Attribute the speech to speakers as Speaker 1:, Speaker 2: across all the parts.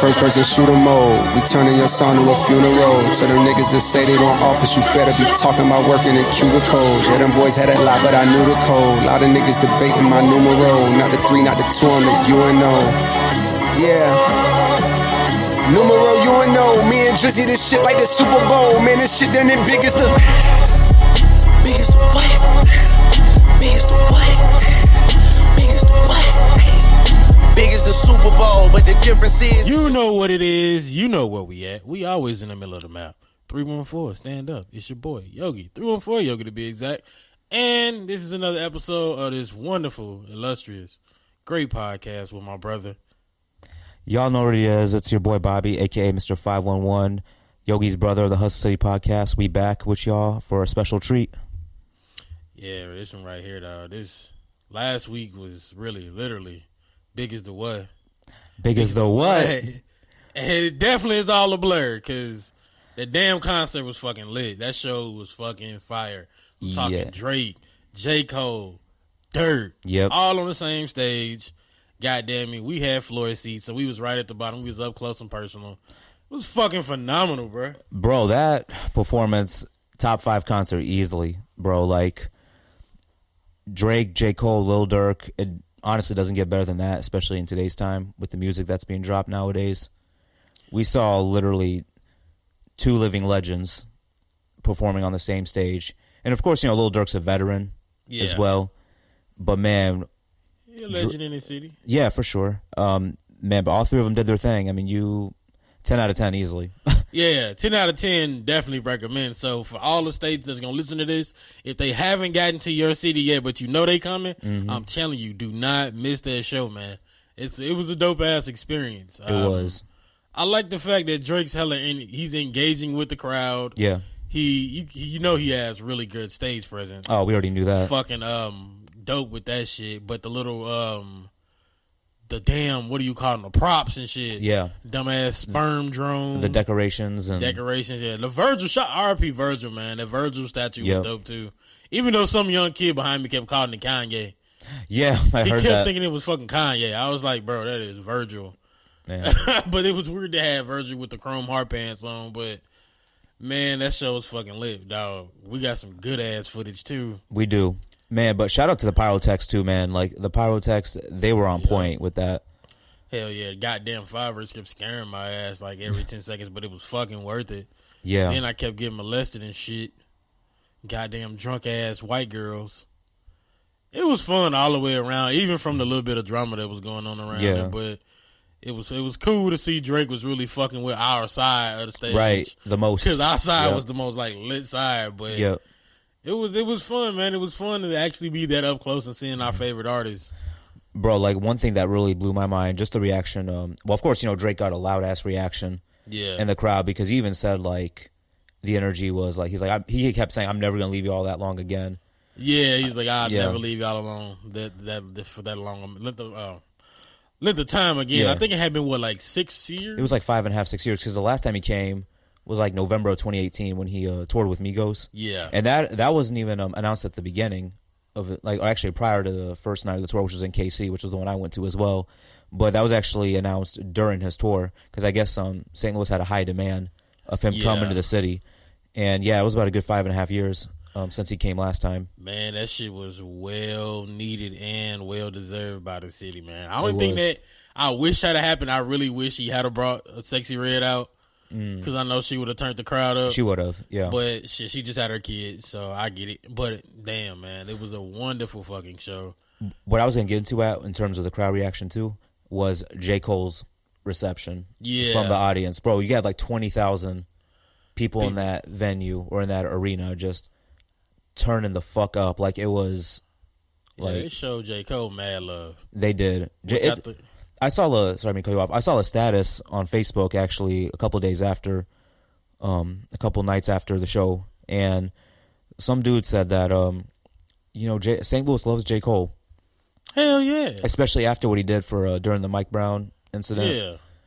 Speaker 1: First person shooter mode. We turning your son to a funeral. To them niggas that say they want office, you better be talking about working in cubicles. Yeah, them boys had a lot, but I knew the code. Lot of niggas debating my numero. Not the three, not the two, I'm the UNO. Yeah. Numero UNO. Me and Drizzy, this shit like the Super Bowl. Man, this shit done it big as the. Big as the what? Big as the what? Big as the what? Big as the Super Bowl, but the difference is.
Speaker 2: You know what it is. You know where we at. We always in the middle of the map. 314, stand up. It's your boy, Yogi. 314 Yogi to be exact. And this is another episode of this wonderful, illustrious, great podcast with my brother.
Speaker 3: Y'all know what it is. It's your boy Bobby, aka Mr. 511, Yogi's brother of the Hustle City podcast. We back with y'all for a special treat.
Speaker 2: Yeah, this one right here, though. This last week was really, literally, big as the what.
Speaker 3: Big as the what?
Speaker 2: and it definitely is all a blur because the damn concert was fucking lit. That show was fucking fire. I'm talking
Speaker 3: Yeah.
Speaker 2: Drake, J. Cole, Dirt.
Speaker 3: Yep.
Speaker 2: All on the same stage. God damn it. We had floor seats, so we was right at the bottom. We was up close and personal. It was fucking phenomenal, bro.
Speaker 3: Bro, that performance, top five concert easily, bro. Like Drake, J. Cole, Lil Durk, it honestly doesn't get better than that, especially in today's time with the music that's being dropped nowadays. We saw literally two living legends performing on the same stage. And of course, you know, Lil Durk's a veteran as
Speaker 2: Yeah.
Speaker 3: well. But man,
Speaker 2: He a legend in the city.
Speaker 3: yeah, for sure. Um, man, but all three of them did their thing. I mean, you 10 out of 10 easily.
Speaker 2: Yeah, ten out of ten definitely recommend. So for all the states that's gonna listen to this, if they haven't gotten to your city yet, but you know they coming,
Speaker 3: Mm-hmm.
Speaker 2: I'm telling you, do not miss that show, man. It's it was a dope ass experience. Um,
Speaker 3: it was.
Speaker 2: I like the fact that Drake's hella in, he's engaging with the crowd.
Speaker 3: Yeah.
Speaker 2: he you, you know he has really good stage presence.
Speaker 3: Oh, we already knew that.
Speaker 2: Fucking um dope with that shit. But the little um the damn what do you call them the props and shit?
Speaker 3: Yeah.
Speaker 2: dumbass sperm drone
Speaker 3: The decorations and
Speaker 2: decorations. Yeah, the Virgil shot. R.P. Virgil, man. The Virgil statue
Speaker 3: Yep.
Speaker 2: was dope too. Even though some young kid behind me kept calling it Kanye,
Speaker 3: yeah, I
Speaker 2: he
Speaker 3: heard
Speaker 2: kept
Speaker 3: that.
Speaker 2: thinking it was fucking Kanye. I was like, bro, that is Virgil.
Speaker 3: Yeah.
Speaker 2: but it was weird to have Virgil with the chrome hard pants on. But man, that show was fucking lit, dog. We got some good ass footage too.
Speaker 3: we do, man. But shout out to the Pyrotex too, man. Like the Pyrotex, they were on point with that.
Speaker 2: Hell yeah, goddamn Fivers kept scaring my ass like every ten seconds, but it was fucking worth it.
Speaker 3: Yeah,
Speaker 2: Then I kept getting molested and shit. Goddamn drunk ass white girls. It was fun all the way around, even from the little bit of drama that was going on around
Speaker 3: Yeah.
Speaker 2: it. But it was it was cool to see Drake was really fucking with our side of the stage,
Speaker 3: right. The most.
Speaker 2: Because our side
Speaker 3: Yeah.
Speaker 2: was the most like lit side. But
Speaker 3: yeah,
Speaker 2: it was it was fun, man. It was fun to actually be that up close and seeing our favorite artists.
Speaker 3: bro. Like one thing that really blew my mind, just the reaction. Um, well, of course, you know Drake got a loud ass reaction.
Speaker 2: Yeah,
Speaker 3: in the crowd because he even said like the energy was like he's like I, he kept saying I'm never gonna leave you all that long again.
Speaker 2: Yeah, he's like, I'll
Speaker 3: Yeah.
Speaker 2: never leave y'all alone that that, that- for that long. Let the uh, let the time again.
Speaker 3: Yeah.
Speaker 2: I think it had been what like six years.
Speaker 3: It was like five and a half six years because the last time he came was like November of 2018 when he uh, toured with Migos.
Speaker 2: Yeah.
Speaker 3: and that that wasn't even um, announced at the beginning of it, like or actually prior to the first night of the tour, which was in KC, which was the one I went to as well. But that was actually announced during his tour because I guess um, St. Louis had a high demand of him
Speaker 2: Yeah.
Speaker 3: coming to the city, and yeah, it was about a good five and a half years um, since he came last time.
Speaker 2: man, that shit was well needed and well deserved by the city, man. I only think
Speaker 3: was.
Speaker 2: that I wish that had happened. I really wish he had a brought a sexy red out because I know she would have turned the crowd up.
Speaker 3: Mm. She would have, yeah.
Speaker 2: but shit, she just had her kids, so I get it. But damn, man, it was a wonderful fucking show.
Speaker 3: what I was gonna get into at in terms of the crowd reaction too was J Cole's reception
Speaker 2: Yeah.
Speaker 3: from the audience, bro. You had like twenty thousand people in that venue or in that arena just turning the fuck up. Like it was,
Speaker 2: Like, yeah,
Speaker 3: like
Speaker 2: it showed J Cole mad love.
Speaker 3: they did. J-
Speaker 2: Which I
Speaker 3: it's-
Speaker 2: think-
Speaker 3: I saw a sorry, I mean, to cut you off. I saw a status on Facebook actually a couple days after, um, a couple nights after the show, and some dude said that, um, you know, J- St. Louis loves J Cole.
Speaker 2: Hell yeah.
Speaker 3: especially after what he did for uh, during the Mike Brown incident.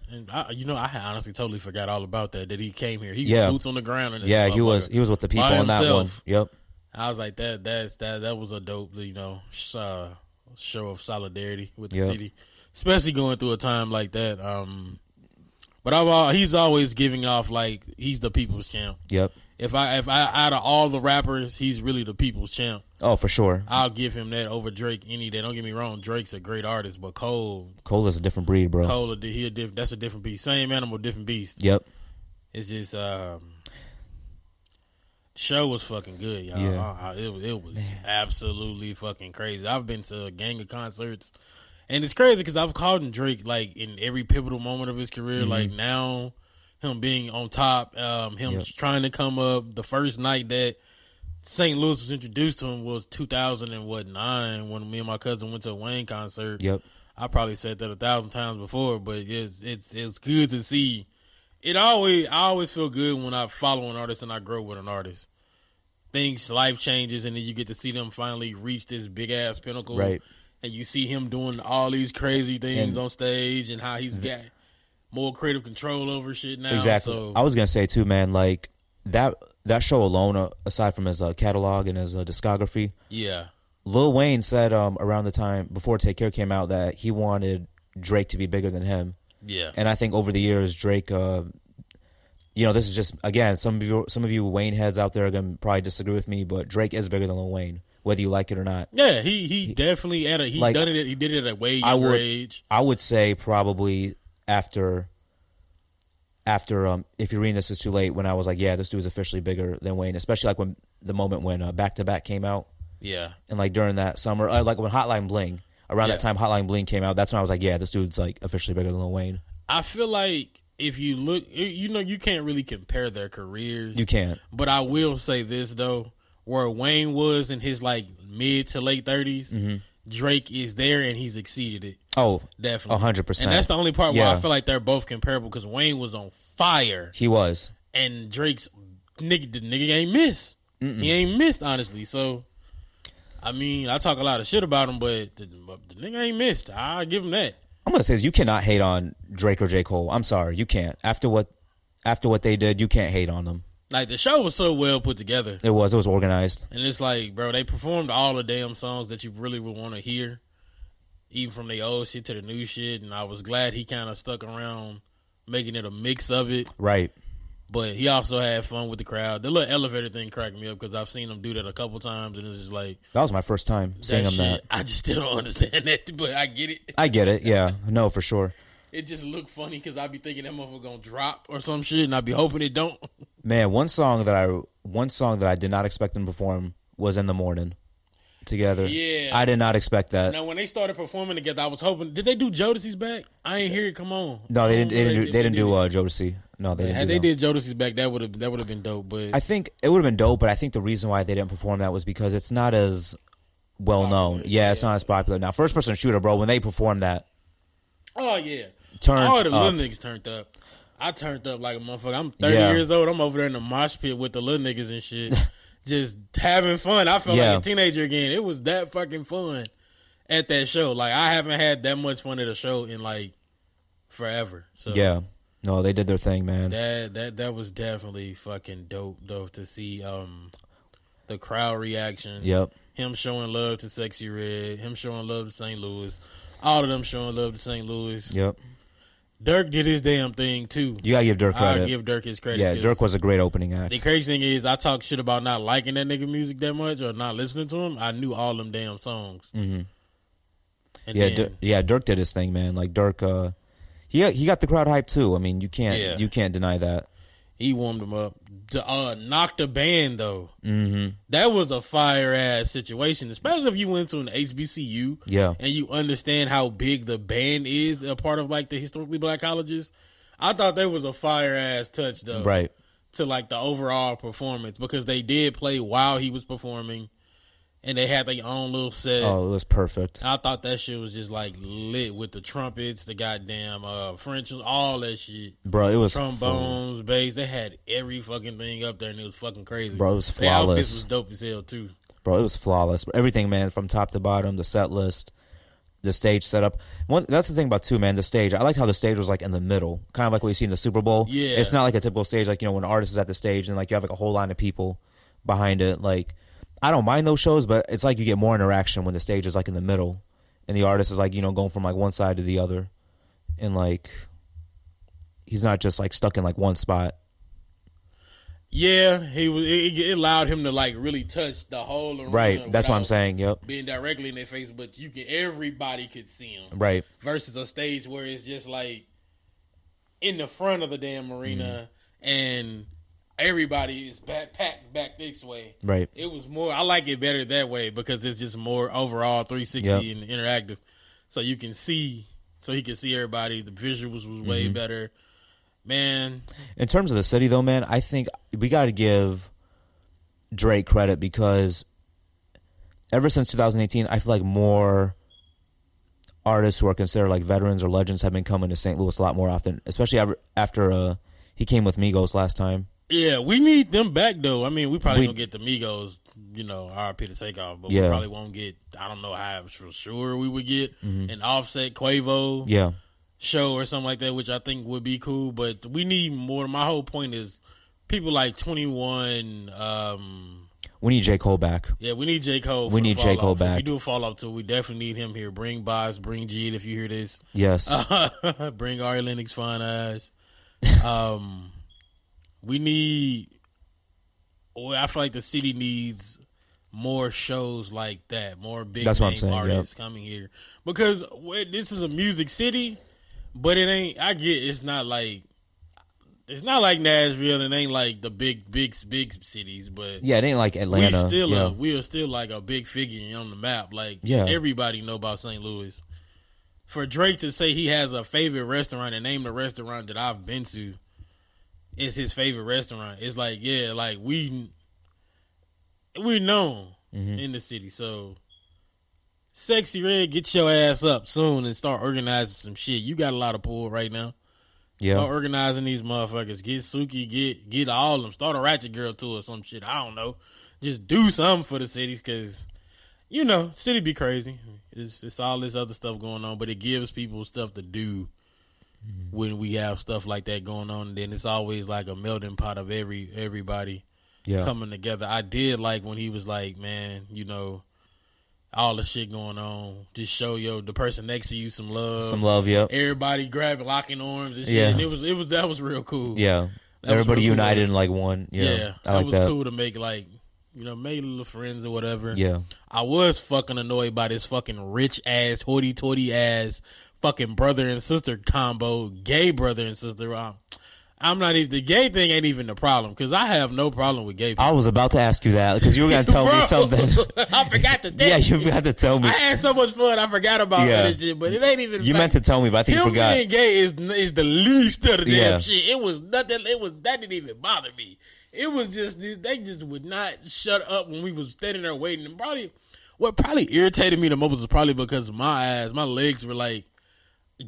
Speaker 2: Yeah. And I, you know, I honestly totally forgot all about that. That he came here. He was
Speaker 3: Yeah.
Speaker 2: boots on the ground. And
Speaker 3: Yeah, he was he was with the people
Speaker 2: By
Speaker 3: on that one.
Speaker 2: himself.
Speaker 3: Yep,
Speaker 2: I was like that. That's that. That was a dope, you know, sh- uh, show of solidarity with the
Speaker 3: Yeah.
Speaker 2: city, especially going through a time like that. Um, But I've, al- he's always giving off like he's the people's champ.
Speaker 3: Yep.
Speaker 2: If I if I out of all the rappers, he's really the people's champ.
Speaker 3: Oh, for sure.
Speaker 2: I'll give him that over Drake any day. Don't get me wrong, Drake's a great artist, but Cole,
Speaker 3: Cole is a different breed, bro.
Speaker 2: Cole, a di- he a diff, that's a different beast. Same animal, different beast.
Speaker 3: Yep.
Speaker 2: It's just um, show was fucking good, y'all.
Speaker 3: Yeah.
Speaker 2: I- I- it, was- it was absolutely fucking crazy. I've been to a gang of concerts, and it's crazy because I've called him Drake like in every pivotal moment of his career.
Speaker 3: Mm-hmm.
Speaker 2: Like now, him being on top, um, him
Speaker 3: Yep.
Speaker 2: trying to come up. The first night that St. Louis was introduced to him was two thousand and what nine when me and my cousin went to a Wayne concert.
Speaker 3: Yep.
Speaker 2: I probably said that a thousand times before, but it's it's it's good to see. It always I always feel good when I follow an artist and I grow with an artist. Things life changes and then you get to see them finally reach this big ass pinnacle.
Speaker 3: Right.
Speaker 2: And you see him doing all these crazy things
Speaker 3: And- Mm-hmm.
Speaker 2: on stage and how he's got more creative control over shit now.
Speaker 3: Exactly.
Speaker 2: So
Speaker 3: I was gonna say too, man. Like that that show alone, uh, aside from his uh, catalog and his uh, discography,
Speaker 2: yeah.
Speaker 3: Lil Wayne said um, around the time before Take Care came out that he wanted Drake to be bigger than him,
Speaker 2: Yeah.
Speaker 3: and I think over the years Drake, uh, you know, this is just again some of you some of you Wayne heads out there are gonna probably disagree with me, but Drake is bigger than Lil Wayne, whether you like it or not.
Speaker 2: yeah, he, he definitely at a he
Speaker 3: Like,
Speaker 2: done it he did it at a way
Speaker 3: I
Speaker 2: younger
Speaker 3: would
Speaker 2: age.
Speaker 3: I would say probably after after um if you're reading this is too late when I was like yeah this dude is officially bigger than Wayne especially like when the moment when uh, back to back came out
Speaker 2: Yeah.
Speaker 3: and like during that summer uh, like when Hotline Bling around
Speaker 2: Yeah.
Speaker 3: that time Hotline Bling came out that's when I was like yeah this dude's like officially bigger than Lil Wayne
Speaker 2: I feel like if you look, you know, you can't really compare their careers.
Speaker 3: you can't
Speaker 2: But I will say this though, where Wayne was in his like mid to late 30s
Speaker 3: Mm-hmm.
Speaker 2: Drake is there and he's exceeded it
Speaker 3: oh
Speaker 2: definitely,
Speaker 3: A hundred percent.
Speaker 2: And that's the only part where I
Speaker 3: Yeah.
Speaker 2: feel like they're both comparable because Wayne was on fire
Speaker 3: he was
Speaker 2: and Drake's nigga, the nigga ain't missed. He ain't missed honestly. So, I mean, I talk a lot of shit about him, but the, the nigga ain't missed. I give him that.
Speaker 3: I'm gonna say this, you cannot hate on Drake or J Cole I'm sorry you can't after what after what they did you can't hate on them
Speaker 2: Like the show was so well put together.
Speaker 3: it was it was organized
Speaker 2: And it's like, bro, they performed all the damn songs that you really would want to hear, even from the old shit to the new shit. And I was glad he kind of stuck around, making it a mix of it.
Speaker 3: right
Speaker 2: But he also had fun with the crowd. The little elevator thing cracked me up because I've seen him do that a couple times, and it's just like
Speaker 3: that was my first time seeing
Speaker 2: that
Speaker 3: him
Speaker 2: shit.
Speaker 3: that
Speaker 2: I just still don't understand that, but I get it.
Speaker 3: I get it yeah no for sure
Speaker 2: It just looked funny because I'd be thinking that motherfucker gonna drop or some shit, and I'd be hoping it don't.
Speaker 3: Man, one song that I one song that I did not expect them to perform was "In the Morning" together.
Speaker 2: Yeah.
Speaker 3: I did not expect that.
Speaker 2: now, when they started performing together, I was hoping. Did they do Jodeci's back? I ain't hear it. Come on.
Speaker 3: No, they
Speaker 2: I
Speaker 3: didn't.
Speaker 2: don't
Speaker 3: They
Speaker 2: know
Speaker 3: didn't.
Speaker 2: if
Speaker 3: Do, they didn't
Speaker 2: did it.
Speaker 3: do uh, Jodeci. No, they didn't.
Speaker 2: Had they
Speaker 3: do them.
Speaker 2: did Jodeci's back, that would have that would have been dope. But
Speaker 3: I think it would have been dope, but I think the reason why they didn't perform that was because it's not as well known. Yeah, it's not as popular now. First person shooter, bro. When they performed that,
Speaker 2: oh yeah,
Speaker 3: Turned
Speaker 2: all the little
Speaker 3: up.
Speaker 2: niggas turned up. I turned up like a motherfucker. I'm 30
Speaker 3: Yeah.
Speaker 2: years old. I'm over there in the mosh pit with the little niggas and shit, just having fun. I felt
Speaker 3: Yeah.
Speaker 2: like a teenager again. It was that fucking fun at that show. Like I haven't had that much fun at a show in like forever. So
Speaker 3: yeah, no, they did their thing, man.
Speaker 2: that that that was definitely fucking dope though to see um the crowd reaction.
Speaker 3: Yep.
Speaker 2: him showing love to Sexy Red, him showing love to St. Louis, all of them showing love to St. Louis.
Speaker 3: Yep.
Speaker 2: Dirk did his damn thing too.
Speaker 3: You gotta give Dirk
Speaker 2: I
Speaker 3: credit.
Speaker 2: give Dirk his credit.
Speaker 3: yeah,
Speaker 2: 'cause
Speaker 3: Dirk was a great opening act.
Speaker 2: The crazy thing is, I talk shit about not liking that nigga music that much or not listening to him. I knew all them damn songs. Mm-hmm. And
Speaker 3: yeah,
Speaker 2: then,
Speaker 3: Dirk, yeah, Dirk did his thing, man. Like Dirk, uh, he he got the crowd hyped too. I mean, you can't
Speaker 2: Yeah.
Speaker 3: you can't deny that.
Speaker 2: he warmed him up. D- Uh, knocked the band though.
Speaker 3: Mm-hmm.
Speaker 2: That was a fire ass situation, especially if you went to an HBCU.
Speaker 3: Yeah,
Speaker 2: and you understand how big the band is a part of like the historically black colleges. I thought that was a fire ass touch though
Speaker 3: right.
Speaker 2: to like the overall performance because they did play while he was performing and they had their own little set.
Speaker 3: Oh, it was perfect.
Speaker 2: I thought that shit was just like lit with the trumpets, the goddamn uh French, all that shit.
Speaker 3: Bro, it was full-
Speaker 2: Trombones, bass, they had every fucking thing up there and it was fucking crazy.
Speaker 3: Bro, it was
Speaker 2: Their outfits
Speaker 3: flawless.
Speaker 2: was dope as hell too.
Speaker 3: Bro, it was flawless. Everything, man, from top to bottom, the set list, the stage setup. One that's the thing about too, man, the stage. I liked how the stage was like in the middle, kind of like what you see in the Super Bowl.
Speaker 2: Yeah.
Speaker 3: It's not like a typical stage, like, you know, when an artist is at the stage and like you have like a whole line of people behind it. Like I don't mind those shows, but it's like you get more interaction when the stage is like in the middle and the artist is like, you know, going from like one side to the other. And like He's not just like stuck in like one spot.
Speaker 2: Yeah, he was. It, it allowed him to like really touch the whole arena.
Speaker 3: Right. That's what I'm
Speaker 2: without
Speaker 3: saying. Yep.
Speaker 2: Being directly in their face, but you can everybody could see him.
Speaker 3: Right.
Speaker 2: Versus a stage where it's just like in the front of the damn arena
Speaker 3: Mm.
Speaker 2: and everybody is back, packed back this way.
Speaker 3: Right.
Speaker 2: It was more. I like it better that way because it's just more overall 360
Speaker 3: Yep.
Speaker 2: and interactive. So you can see. So he can see everybody. The visuals was way
Speaker 3: Mm-hmm.
Speaker 2: better. Man,
Speaker 3: In terms of the city, though, man, I think we got to give Drake credit because ever since 2018, I feel like more artists who are considered like veterans or legends have been coming to St. Louis a lot more often, especially av- after uh, he came with Migos last time.
Speaker 2: Yeah, we need them back though. I mean, we probably
Speaker 3: We-
Speaker 2: gonna get the Migos, you know, RP to take off, but we
Speaker 3: Yeah.
Speaker 2: probably won't get. I don't know how for sure we would get an Offset Quavo
Speaker 3: Mm-hmm. Yeah,
Speaker 2: show or something like that, which I think would be cool. But we need more. My whole point is people like Twenty One. um
Speaker 3: we need J. Cole back.
Speaker 2: Yeah, we need J Cole.
Speaker 3: We
Speaker 2: for the
Speaker 3: need J. Cole
Speaker 2: fall-off. If you
Speaker 3: back.
Speaker 2: do a fall off tour, we definitely need him here. Bring Boz, bring G. If you hear this,
Speaker 3: Yes,
Speaker 2: Ah. bring Ari Lennox fine eyes. Um, we need. Well, I feel like the city needs more shows like that, more big
Speaker 3: That's what
Speaker 2: name
Speaker 3: I'm saying, yep.
Speaker 2: artists coming here because wait, this is a music city, but it ain't. I get it's not like. It's not like Nashville. It ain't like the big, big, big cities, but
Speaker 3: yeah, it ain't like Atlanta.
Speaker 2: we still uh,
Speaker 3: yeah.
Speaker 2: a, we are still like a big figure on the map. Like
Speaker 3: Yeah.
Speaker 2: everybody know about St. Louis. For Drake to say he has a favorite restaurant and name the restaurant that I've been to is his favorite restaurant. It's like yeah, like we we known
Speaker 3: Mm-hmm.
Speaker 2: in the city. So sexy red, get your ass up soon and start organizing some shit. You got a lot of pull right now.
Speaker 3: yeah.
Speaker 2: Start organizing these motherfuckers. Get Suki, get get all of them. Start a Ratchet Girl tour or some shit. I don't know. Just do something for the cities because, you know, city be crazy. It's, it's all this other stuff going on, but it gives people stuff to do
Speaker 3: Mm-hmm.
Speaker 2: when we have stuff like that going on. And then it's always like a melting pot of every everybody
Speaker 3: yeah.
Speaker 2: coming together. I did like when he was like, man, you know, all the shit going on. Just show yo the person next to you some love
Speaker 3: Some love. Yep.
Speaker 2: everybody grabbing, locking arms and shit.
Speaker 3: Yeah.
Speaker 2: And it was it was that was real cool.
Speaker 3: Yeah.
Speaker 2: That was
Speaker 3: Everybody
Speaker 2: really cool,
Speaker 3: united
Speaker 2: man.
Speaker 3: in like one. Yeah.
Speaker 2: that
Speaker 3: I like
Speaker 2: was
Speaker 3: that.
Speaker 2: cool to make like you know make little friends or whatever.
Speaker 3: Yeah.
Speaker 2: I was fucking annoyed by this fucking rich ass hoity toity ass fucking brother and sister combo, gay brother and sister. I'm, I'm not even the gay thing ain't even the problem because I have no problem with gay people.
Speaker 3: I was about to ask you that because you were gonna tell me
Speaker 2: Bro,
Speaker 3: something.
Speaker 2: I forgot to tell
Speaker 3: yeah,
Speaker 2: you.
Speaker 3: you forgot to tell me.
Speaker 2: I had so much fun I forgot about
Speaker 3: Yeah.
Speaker 2: that shit, but it ain't even.
Speaker 3: You meant to tell me, but I think you
Speaker 2: Him
Speaker 3: forgot.
Speaker 2: being gay is is the least of the damn
Speaker 3: Yeah.
Speaker 2: shit. It was nothing. It was that didn't even bother me. It was just they just would not shut up when we was standing there waiting. And probably what probably irritated me the most was probably because my ass, my legs were like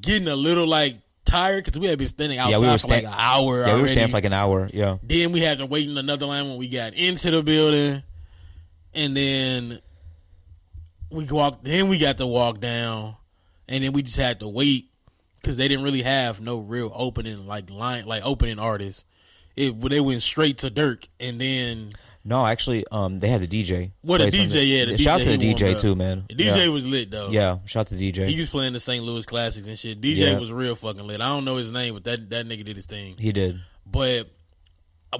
Speaker 2: getting a little like tired because we had been standing outside
Speaker 3: Yeah, we were
Speaker 2: for like
Speaker 3: sta-
Speaker 2: an hour.
Speaker 3: yeah, we were
Speaker 2: already.
Speaker 3: staying for like an hour. Yeah,
Speaker 2: Then we had to wait in another line when we got into the building, and then we walked. Then we got to walk down, and then we just had to wait because they didn't really have no real opening like line like opening artists. It they went straight to Dirk, and then
Speaker 3: no, actually, um, they had a DJ.
Speaker 2: what a
Speaker 3: play
Speaker 2: DJ,
Speaker 3: something.
Speaker 2: yeah. The DJ,
Speaker 3: shout out to the
Speaker 2: he warmed
Speaker 3: DJ
Speaker 2: up.
Speaker 3: too, man.
Speaker 2: The DJ
Speaker 3: yeah.
Speaker 2: was lit though.
Speaker 3: yeah, shout out to the DJ.
Speaker 2: he
Speaker 3: He,
Speaker 2: was playing the St. Louis classics and shit. DJ
Speaker 3: Yeah.
Speaker 2: was real fucking lit. I don't know his name, but that that nigga did his thing.
Speaker 3: did.
Speaker 2: But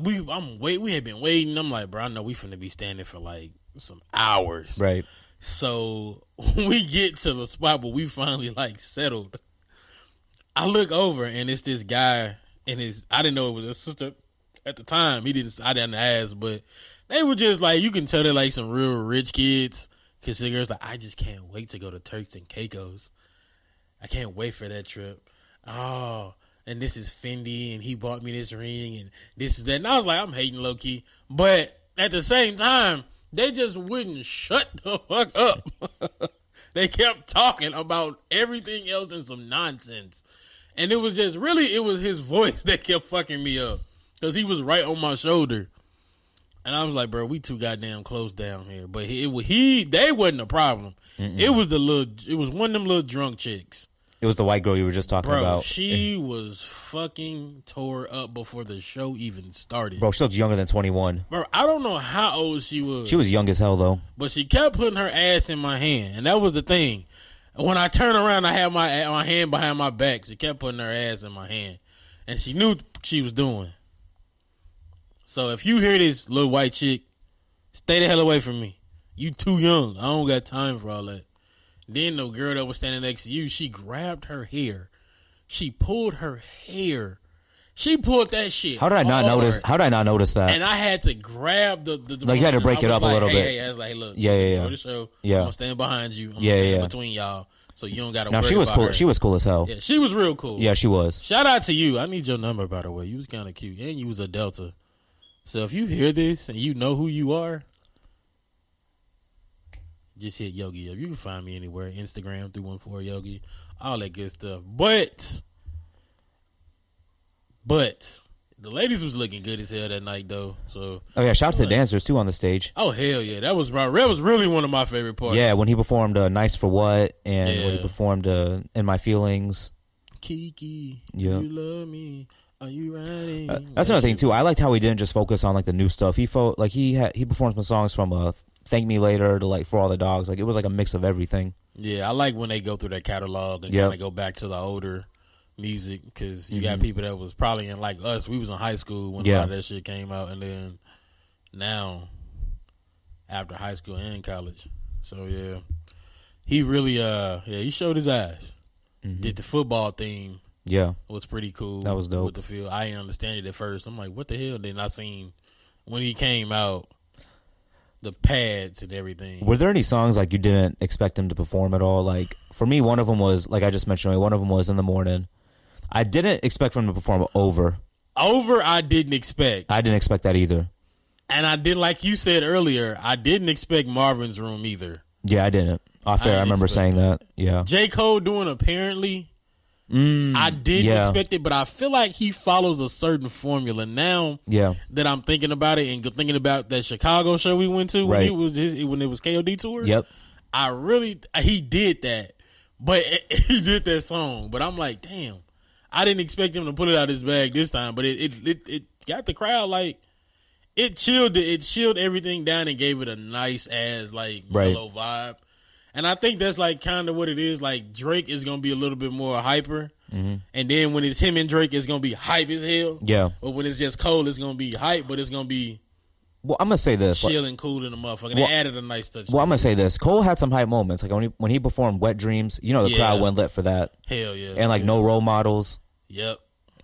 Speaker 2: we, I'm wait. We had been waiting. I'm like, bro, I know we finna be standing for like some hours.
Speaker 3: Right.
Speaker 2: So we get to the spot where we finally like settled. I look over and it's this guy and his. I didn't know it was his sister at the time. He didn't. I didn't ask, but they were just like you can tell they're like some real rich kids. Cause the girls like, I just can't wait to go to Turks and Caicos. I can't wait for that trip. Oh, and this is Fendi, and he bought me this ring, and this is that. And I was like, I'm hating low key, but at the same time, they just wouldn't shut the fuck up. they kept talking about everything else and some nonsense, and it was just really it was his voice that kept fucking me up because he was right on my shoulder. And I was like, bro, we too goddamn close down here. But he, it, wa- he they wasn't a problem. It was the little, it was one of them little drunk chicks.
Speaker 3: It was the white girl you were just talking
Speaker 2: Bro,
Speaker 3: about.
Speaker 2: she was fucking tore up before the show even started. Bro.
Speaker 3: Bro, she looked younger than twenty one.
Speaker 2: I don't know how old she was,
Speaker 3: She was young as hell though.
Speaker 2: but she kept putting her ass in my hand, and that was the thing. When I turned around, I had my my hand behind my back. She kept putting her ass in my hand, and she knew she was doing. So if you hear this little white chick, stay the hell away from me. You too young. I don't got time for all that. Then the girl that was standing next to you, she grabbed her hair. She pulled her hair. She pulled that shit.
Speaker 3: How did I not
Speaker 2: hard.
Speaker 3: notice? How did I not notice that?
Speaker 2: and I had to grab the, the, the
Speaker 3: Uh, Like, you had to
Speaker 2: I
Speaker 3: break it
Speaker 2: was
Speaker 3: up a
Speaker 2: like,
Speaker 3: little
Speaker 2: hey,
Speaker 3: bit.
Speaker 2: Hey, I was like, look,
Speaker 3: Yeah,
Speaker 2: just
Speaker 3: yeah,
Speaker 2: enjoy
Speaker 3: yeah.
Speaker 2: the show.
Speaker 3: Yeah.
Speaker 2: I'm gonna stand behind you. I'm
Speaker 3: Yeah,
Speaker 2: gonna stand
Speaker 3: yeah.
Speaker 2: between y'all, so you don't gotta.
Speaker 3: now
Speaker 2: worry
Speaker 3: she was
Speaker 2: about
Speaker 3: cool.
Speaker 2: her.
Speaker 3: She was cool as hell.
Speaker 2: yeah, she was real cool.
Speaker 3: Yeah, she was.
Speaker 2: Shout out to you. I need your number, by the way. You was kind of cute, and you was a Delta. So if you hear this and you know who you are, just hit Yogi up. You can find me anywhere: Instagram, three one four Yogi, all that good stuff. But, but the ladies was looking good as hell that night, though. So
Speaker 3: Oh yeah, shout out to the dancers too on the stage.
Speaker 2: oh hell yeah, that was right. That was really one of my favorite parts.
Speaker 3: Yeah, when he performed uh, "Nice for What" and when he
Speaker 2: Yeah.
Speaker 3: performed uh, "In My Feelings,"
Speaker 2: Kiki,
Speaker 3: Yeah.
Speaker 2: you love me. Are you ready?
Speaker 3: Uh, that's another thing too. I liked how he didn't just focus on like the new stuff. He felt like he had, he performed some songs from uh, "Thank Me Later" to like "For All the Dogs." Like it was like a mix of everything.
Speaker 2: Yeah, I like when they go through their catalog and
Speaker 3: Yep. Mm-hmm.
Speaker 2: kind of go back to the older music because you got people that was probably in like us. We was in high school when a
Speaker 3: Yeah.
Speaker 2: lot of that shit came out, and then now after high school and college. So yeah, he really uh yeah he showed his ass. Did the football theme
Speaker 3: Yeah,
Speaker 2: was pretty cool.
Speaker 3: Mm-hmm. That was dope.
Speaker 2: With the field, I didn't understand it at first. I'm like, what the hell? Then I seen when he came out the pads and everything.
Speaker 3: were there any songs like you didn't expect him to perform at all? Like for me, one of them was like I just mentioned. earlier, One of them was "In the Morning." I didn't expect him to perform over.
Speaker 2: Over, I didn't expect.
Speaker 3: I didn't expect that either.
Speaker 2: And I did, like you said earlier, I didn't expect Marvin's room either.
Speaker 3: Yeah, I didn't. Off
Speaker 2: I
Speaker 3: air, I,
Speaker 2: didn't
Speaker 3: remember
Speaker 2: expect
Speaker 3: saying that. Yeah,
Speaker 2: J. Cole doing apparently. I didn't
Speaker 3: yeah.
Speaker 2: expect it, but I feel like he follows a certain formula now
Speaker 3: yeah,
Speaker 2: that I'm thinking about it and thinking about that Chicago show we went to when
Speaker 3: Right.
Speaker 2: it was his, when it was KOD tour.
Speaker 3: yep.
Speaker 2: I really he did that, but he did that song. But I'm like, damn, I didn't expect him to pull it out of his bag this time. But it it it, it got the crowd like it chilled it, it chilled everything down and gave it a nice ass like
Speaker 3: Right.
Speaker 2: mellow vibe. And I think that's like kind of what it is. Like Drake is gonna be a little bit more hyper,
Speaker 3: Mm-hmm.
Speaker 2: and then when it's him and Drake, it's gonna be hype as hell.
Speaker 3: Yeah.
Speaker 2: But when it's just Cole, it's gonna be hype, but it's gonna be
Speaker 3: Well, I'm gonna say this. like-
Speaker 2: chill and cool in the motherfucker. And
Speaker 3: Well-
Speaker 2: they added a nice touch.
Speaker 3: well, I'm gonna say this. Cole had some hype moments, like when he, when he performed "Wet Dreams." You know, the
Speaker 2: Yeah.
Speaker 3: crowd went lit for that,
Speaker 2: hell yeah.
Speaker 3: and like no role models,
Speaker 2: yep.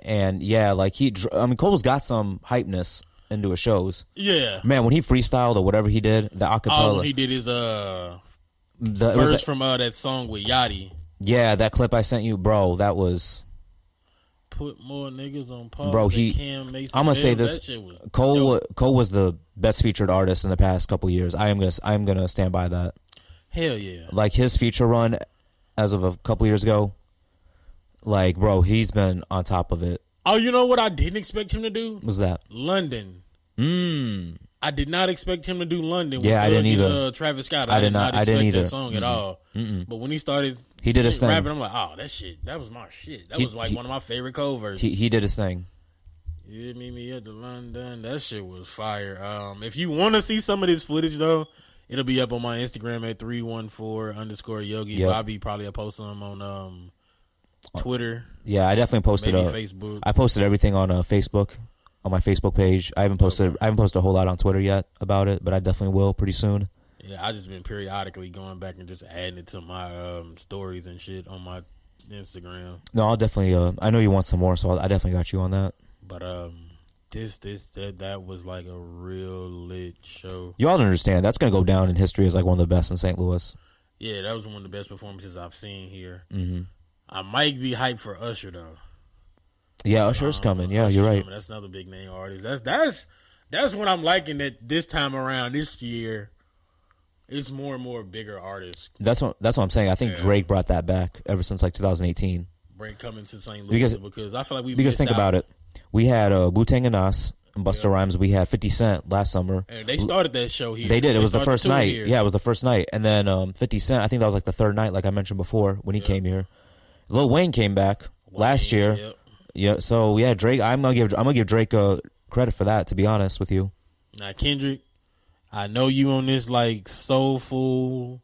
Speaker 3: and yeah, like he. dr- I mean, Cole's got some hypeness into his shows.
Speaker 2: Yeah.
Speaker 3: Man, when he freestyled or whatever he did, the
Speaker 2: Oh,
Speaker 3: acapella,
Speaker 2: when he did his uh
Speaker 3: the, it was
Speaker 2: verse
Speaker 3: that-
Speaker 2: from uh that song with Yachty.
Speaker 3: yeah, that clip I sent you, bro, that was
Speaker 2: Put more niggas on pause.
Speaker 3: Bro,
Speaker 2: than
Speaker 3: he-
Speaker 2: Cam Mason
Speaker 3: I'ma say
Speaker 2: Bell.
Speaker 3: this,
Speaker 2: That shit was
Speaker 3: Cole.
Speaker 2: dope.
Speaker 3: wa- Cole was the best featured artist in the past couple years. I am gonna I am gonna stand by that.
Speaker 2: Hell yeah.
Speaker 3: Like his feature run, as of a couple years ago, like bro, he's been on top of it.
Speaker 2: Oh, you know what I didn't expect him to do?
Speaker 3: What was that?
Speaker 2: London.
Speaker 3: Mm.
Speaker 2: I did not expect him to do London. with
Speaker 3: Yeah, I didn't
Speaker 2: Thug and,
Speaker 3: either.
Speaker 2: Uh, Travis Scott.
Speaker 3: I
Speaker 2: I,
Speaker 3: did
Speaker 2: did not,
Speaker 3: not- I
Speaker 2: expect
Speaker 3: didn't either.
Speaker 2: that song at all. But when he started,
Speaker 3: He did his
Speaker 2: shit
Speaker 3: thing.
Speaker 2: Rapping, I'm like, oh, that shit. That was my shit. That
Speaker 3: He-
Speaker 2: was like
Speaker 3: he-
Speaker 2: one of my favorite Cole verses.
Speaker 3: He he did his thing.
Speaker 2: Yeah, meet me at the London. That shit was fire. Um, if you want to see some of this footage though, it'll be up on my Instagram at three one four underscore Yogi.
Speaker 3: Yep.
Speaker 2: Bobby probably will post some on um Twitter,
Speaker 3: Yeah, I definitely posted.
Speaker 2: maybe
Speaker 3: uh,
Speaker 2: Facebook.
Speaker 3: I posted everything on uh, Facebook, on my Facebook page. I haven't posted. I haven't posted a whole lot on Twitter yet about it, but I definitely will pretty soon.
Speaker 2: yeah, I just been periodically going back and just adding it to my um stories and shit on my Instagram.
Speaker 3: No, I'll definitely. Uh, I know you want some more, so I'll, I definitely got you on that.
Speaker 2: But um, this this that that was like a real lit show.
Speaker 3: Y'all don't understand. That's gonna go down in history as like one of the best in St. Louis.
Speaker 2: Yeah, that was one of the best performances I've seen here.
Speaker 3: hmm
Speaker 2: I might be hyped for Usher though.
Speaker 3: Yeah, Usher's
Speaker 2: Um,
Speaker 3: coming. Yeah,
Speaker 2: Usher's
Speaker 3: you're right.
Speaker 2: coming. That's another big name artist. That's that's that's what I'm liking that this time around this year. It's more and more bigger artists
Speaker 3: That's what. That's what I'm saying. I think
Speaker 2: Yeah.
Speaker 3: Drake brought that back ever since like 2018.
Speaker 2: bring coming to St. Louis
Speaker 3: Because-
Speaker 2: because, I feel like we
Speaker 3: Because
Speaker 2: missed
Speaker 3: think
Speaker 2: out.
Speaker 3: about it, we had uh, Wu Tang and Nas and Busta Rhymes. We had 50 Cent last summer.
Speaker 2: And they started that show here.
Speaker 3: They did. It was the
Speaker 2: started
Speaker 3: first
Speaker 2: tour
Speaker 3: night.
Speaker 2: here.
Speaker 3: Yeah, it was the first night. And then um, 50 Cent, I think that was like the third night, like I mentioned before, when he came here. Lil Wayne came back last
Speaker 2: Wayne,
Speaker 3: year.
Speaker 2: yep.
Speaker 3: Yeah. So yeah, Drake. I'm gonna give. I'm gonna give Drake uh, credit for that. To be honest with you.
Speaker 2: Now Kendrick, I know you on this like soulful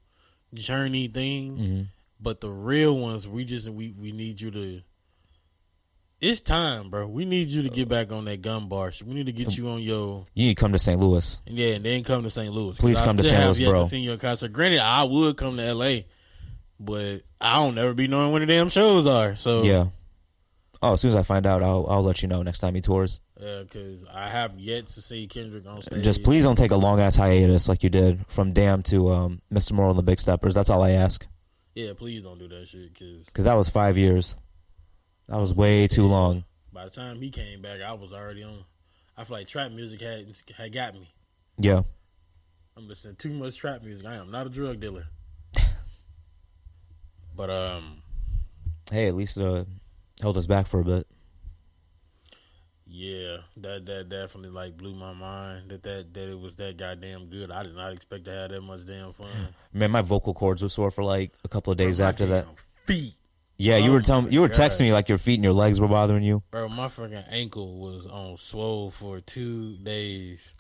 Speaker 3: Mm-hmm.
Speaker 2: journey thing, but the real ones, we just we we need you to It's time, bro. We need you to get back on that gun bar. shit. We need to get you on your
Speaker 3: You need to come to St. Louis.
Speaker 2: yeah, and then come to St. Louis. 'Cause
Speaker 3: Please
Speaker 2: I
Speaker 3: come to
Speaker 2: still
Speaker 3: St.
Speaker 2: have
Speaker 3: Louis,
Speaker 2: yet
Speaker 3: bro.
Speaker 2: To see your concert. Granted, I would come to L.A., but I don't ever be knowing when the damn shows are. So
Speaker 3: Yeah. Oh, as soon as I find out, I'll I'll let you know next time he tours.
Speaker 2: because uh, I have yet to see Kendrick on stage.
Speaker 3: Just please don't take a long ass hiatus like you did from Damn to um, Mr. Moral and the Big Steppers. That's all I ask.
Speaker 2: yeah, please don't do that shit. Because
Speaker 3: Because that was five years. That was way too long.
Speaker 2: by the time he came back, I was already on. I feel like trap music had had got me.
Speaker 3: Yeah.
Speaker 2: I'm listening to too much trap music. I am not a drug dealer. but um,
Speaker 3: Hey, at least it uh, held us back for a bit.
Speaker 2: yeah, that that definitely like blew my mind that that that it was that goddamn good. I did not expect to have that much damn fun.
Speaker 3: Man, my vocal cords were sore for like a couple of days
Speaker 2: My
Speaker 3: after that.
Speaker 2: damn feet,
Speaker 3: Yeah, you
Speaker 2: Oh
Speaker 3: were telling you were
Speaker 2: my
Speaker 3: texting
Speaker 2: God.
Speaker 3: me like your feet and your legs were bothering you.
Speaker 2: bro. My fucking ankle was on swole for two days,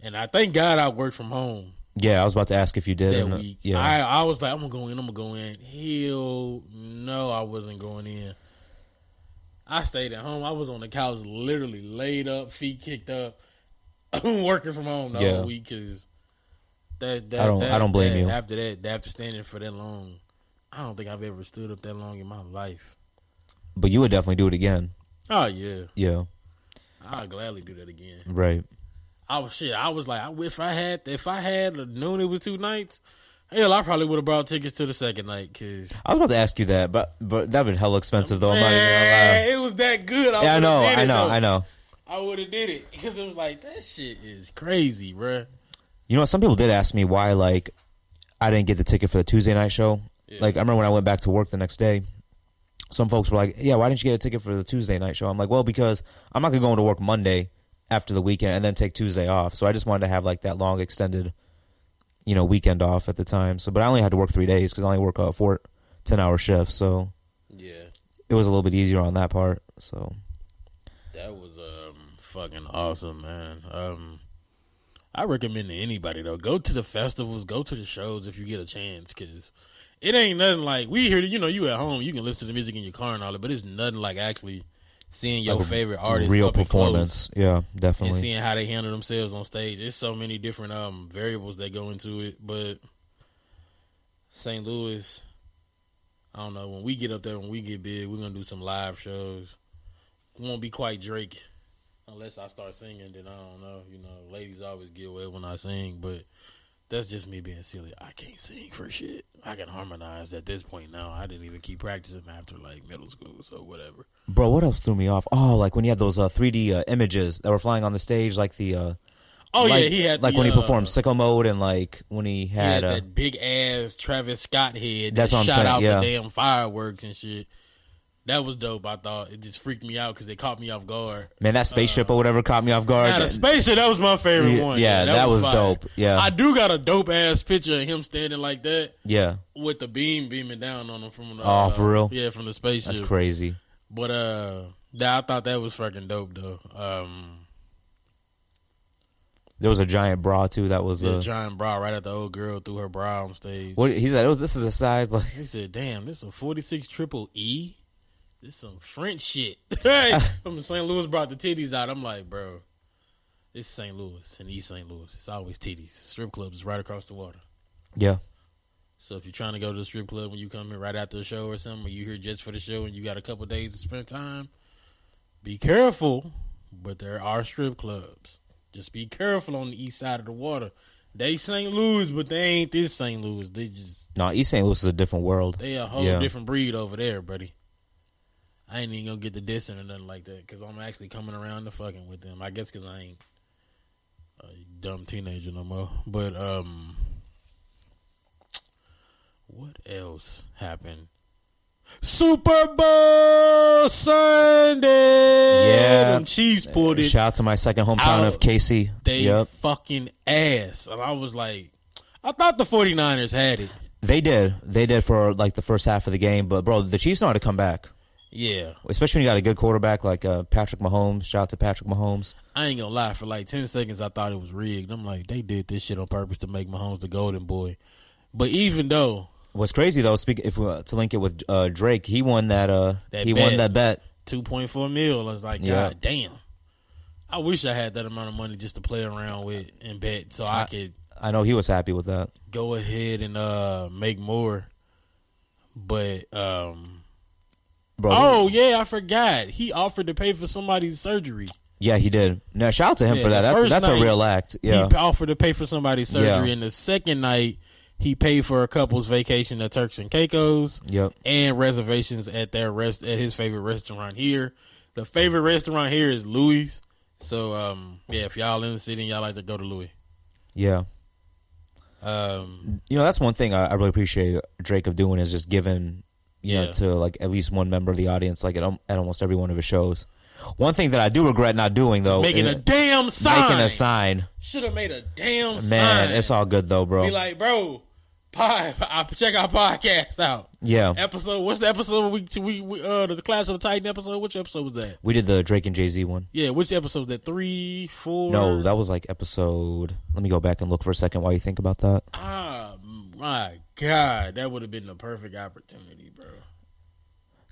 Speaker 2: and I thank God I worked from home.
Speaker 3: Yeah, I was about to ask if you did. or
Speaker 2: that
Speaker 3: not.
Speaker 2: week.
Speaker 3: Yeah,
Speaker 2: I, I was like, I'm gonna go in, I'm gonna go in. Hell no, I wasn't going in. I stayed at home. I was on the couch, literally laid up, feet kicked up, working from home the
Speaker 3: Yeah.
Speaker 2: whole week. Cause that, that
Speaker 3: I don't-
Speaker 2: that-
Speaker 3: I don't blame
Speaker 2: that-
Speaker 3: you.
Speaker 2: After that, after standing for that long, I don't think I've ever stood up that long in my life.
Speaker 3: but you would definitely do it again.
Speaker 2: Oh yeah,
Speaker 3: Yeah,
Speaker 2: I'll gladly do that again.
Speaker 3: right.
Speaker 2: I was shit. I was like, I, if I had, if I had known it was two nights, hell, I probably would have brought tickets to the second night. Cause
Speaker 3: I was about to ask you that, but but that'd been hella expensive though. I'm not even gonna
Speaker 2: Man, it was that good. I,
Speaker 3: lie. Yeah, I
Speaker 2: would've
Speaker 3: know,
Speaker 2: did it,
Speaker 3: I know,
Speaker 2: though.
Speaker 3: I know.
Speaker 2: I would have did it because it was like that shit is crazy, bruh.
Speaker 3: You know, some people did ask me why like I didn't get the ticket for the Tuesday night show.
Speaker 2: Yeah.
Speaker 3: Like I remember when I went back to work the next day, some folks were like, "Yeah, why didn't you get a ticket for the Tuesday night show?" I'm like, "Well, because I'm not gonna go into work Monday after the weekend and then take Tuesday off. So I just wanted to have like that long extended, you know, weekend off at the time. So, but I only had to work three days because I only work a four, 10 hour shift. So
Speaker 2: Yeah,
Speaker 3: it was a little bit easier on that part. So
Speaker 2: that was um fucking awesome, man. Um, I recommend to anybody though go to the festivals, go to the shows if you get a chance, cause it ain't nothing like we here. You know, you at home, you can listen to music in your car and all that, but it's nothing like actually seeing your
Speaker 3: Like a
Speaker 2: favorite artist
Speaker 3: real
Speaker 2: up and close.
Speaker 3: performance, yeah,
Speaker 2: and
Speaker 3: definitely.
Speaker 2: seeing how they handle themselves on stage. There's so many different um variables that go into it, but St. Louis, I don't know. When we get up there, when we get big, we're gonna do some live shows. It won't be quite Drake unless I start singing. Then I don't know. You know, ladies always get wet when I sing, but that's just me being silly. I can't sing for shit. I can harmonize at this point now. I didn't even keep practicing after like middle school, so whatever.
Speaker 3: Bro, what else threw me off? Oh, like when you had those uh, 3D uh, images that were flying on the stage, like the uh,
Speaker 2: Oh
Speaker 3: like-
Speaker 2: yeah, he had
Speaker 3: like
Speaker 2: the,
Speaker 3: when he
Speaker 2: uh,
Speaker 3: performed sicko mode and like when
Speaker 2: He
Speaker 3: he had,
Speaker 2: had
Speaker 3: uh,
Speaker 2: that big ass Travis Scott head
Speaker 3: That's
Speaker 2: that
Speaker 3: what I'm
Speaker 2: shot
Speaker 3: saying,
Speaker 2: out
Speaker 3: yeah.
Speaker 2: the damn fireworks and shit. That was dope. I thought it just freaked me out because they caught me off guard.
Speaker 3: man that spaceship or whatever caught me off guard.
Speaker 2: Now the spaceship, that was my favorite
Speaker 3: Yeah,
Speaker 2: one.
Speaker 3: yeah, that was
Speaker 2: fire.
Speaker 3: dope. Yeah.
Speaker 2: I do got a dope ass picture of him standing like that
Speaker 3: yeah,
Speaker 2: with the beam beaming down on him from the.
Speaker 3: Oh,
Speaker 2: uh,
Speaker 3: for real?
Speaker 2: Yeah, from the spaceship.
Speaker 3: that's crazy.
Speaker 2: But uh, that, I thought that was fucking dope though. Um,
Speaker 3: There was a giant bra too. That was
Speaker 2: the
Speaker 3: uh,
Speaker 2: giant bra right at the old girl threw her bra on stage.
Speaker 3: what he said. Oh, this is a size like
Speaker 2: They said, "Damn, this a forty-six triple E. This some French shit." Hey, from St. Louis brought the titties out. I'm like, bro, it's St. Louis and East St. Louis. It's always titties. Strip clubs is right across the water.
Speaker 3: yeah,
Speaker 2: So if you're trying to go to the strip club when you come in right after the show or something, or you here just for the show and you got a couple days to spend time, be careful. But there are strip clubs. Just be careful on the east side of the water. They St. Louis, but they ain't this St. Louis. They just
Speaker 3: no. East St. Louis is a different world.
Speaker 2: they a whole
Speaker 3: Yeah.
Speaker 2: different breed over there, buddy. I ain't even gonna get the dissing or nothing like that because I'm actually coming around to fucking with them. I guess because I ain't a dumb teenager no more. But um, what else happened? Super Bowl Sunday.
Speaker 3: Yeah.
Speaker 2: them Chiefs pulled it
Speaker 3: Shout out to my second hometown
Speaker 2: Out.
Speaker 3: of Casey.
Speaker 2: they
Speaker 3: yep,
Speaker 2: fucking ass, and I was like, I thought the 49ers had it.
Speaker 3: they did. They did for like the first half of the game, but bro, the Chiefs know how to come back.
Speaker 2: Yeah,
Speaker 3: Especially when you got a good quarterback like uh, Patrick Mahomes. Shout out to Patrick Mahomes.
Speaker 2: I ain't gonna lie. For like ten seconds, I thought it was rigged. I'm like, they did this shit on purpose to make Mahomes the golden boy. But even though
Speaker 3: What's crazy though, speak if we, to link it with uh, Drake, he won that. Uh,
Speaker 2: That
Speaker 3: he
Speaker 2: bet.
Speaker 3: won that bet.
Speaker 2: two point four mil. I was like,
Speaker 3: Yeah.
Speaker 2: God damn. I wish I had that amount of money just to play around with and bet so I,
Speaker 3: I-
Speaker 2: could
Speaker 3: I know he was happy with that.
Speaker 2: go ahead and uh make more. But um
Speaker 3: Bro,
Speaker 2: Oh yeah, I forgot. He offered to pay for somebody's surgery.
Speaker 3: yeah, he did. Now shout out to him
Speaker 2: Yeah,
Speaker 3: for that.
Speaker 2: the
Speaker 3: That's
Speaker 2: first
Speaker 3: that's
Speaker 2: night,
Speaker 3: a real act. Yeah,
Speaker 2: He p- offered to pay for somebody's surgery
Speaker 3: Yeah.
Speaker 2: and the second night he paid for a couple's vacation at Turks and Caicos.
Speaker 3: yep.
Speaker 2: and reservations at their rest at his favorite restaurant here. The favorite restaurant here is Louis. So um yeah, if y'all in the city and y'all like to go to Louis.
Speaker 3: Yeah.
Speaker 2: Um
Speaker 3: You know, that's one thing I, I really appreciate Drake of doing is just giving, you
Speaker 2: Yeah.
Speaker 3: know, to like at least one member of the audience, like at, al- at almost every one of his shows. One thing that I do regret not doing though,
Speaker 2: making
Speaker 3: is
Speaker 2: a damn sign.
Speaker 3: Oh, making a sign.
Speaker 2: Should have made a damn
Speaker 3: Man,
Speaker 2: sign.
Speaker 3: it's all good though, bro.
Speaker 2: Be like, bro, pie, I check our podcast out.
Speaker 3: yeah,
Speaker 2: Episode what's the episode we we, we uh the Clash of the Titan episode? Which episode was that?
Speaker 3: we did the Drake and Jay Z one.
Speaker 2: Yeah, which episode was that? Three, four
Speaker 3: No, that was like episode. Let me go back and look for a second while you think about that.
Speaker 2: Ah my god, that would have been the perfect opportunity, bro.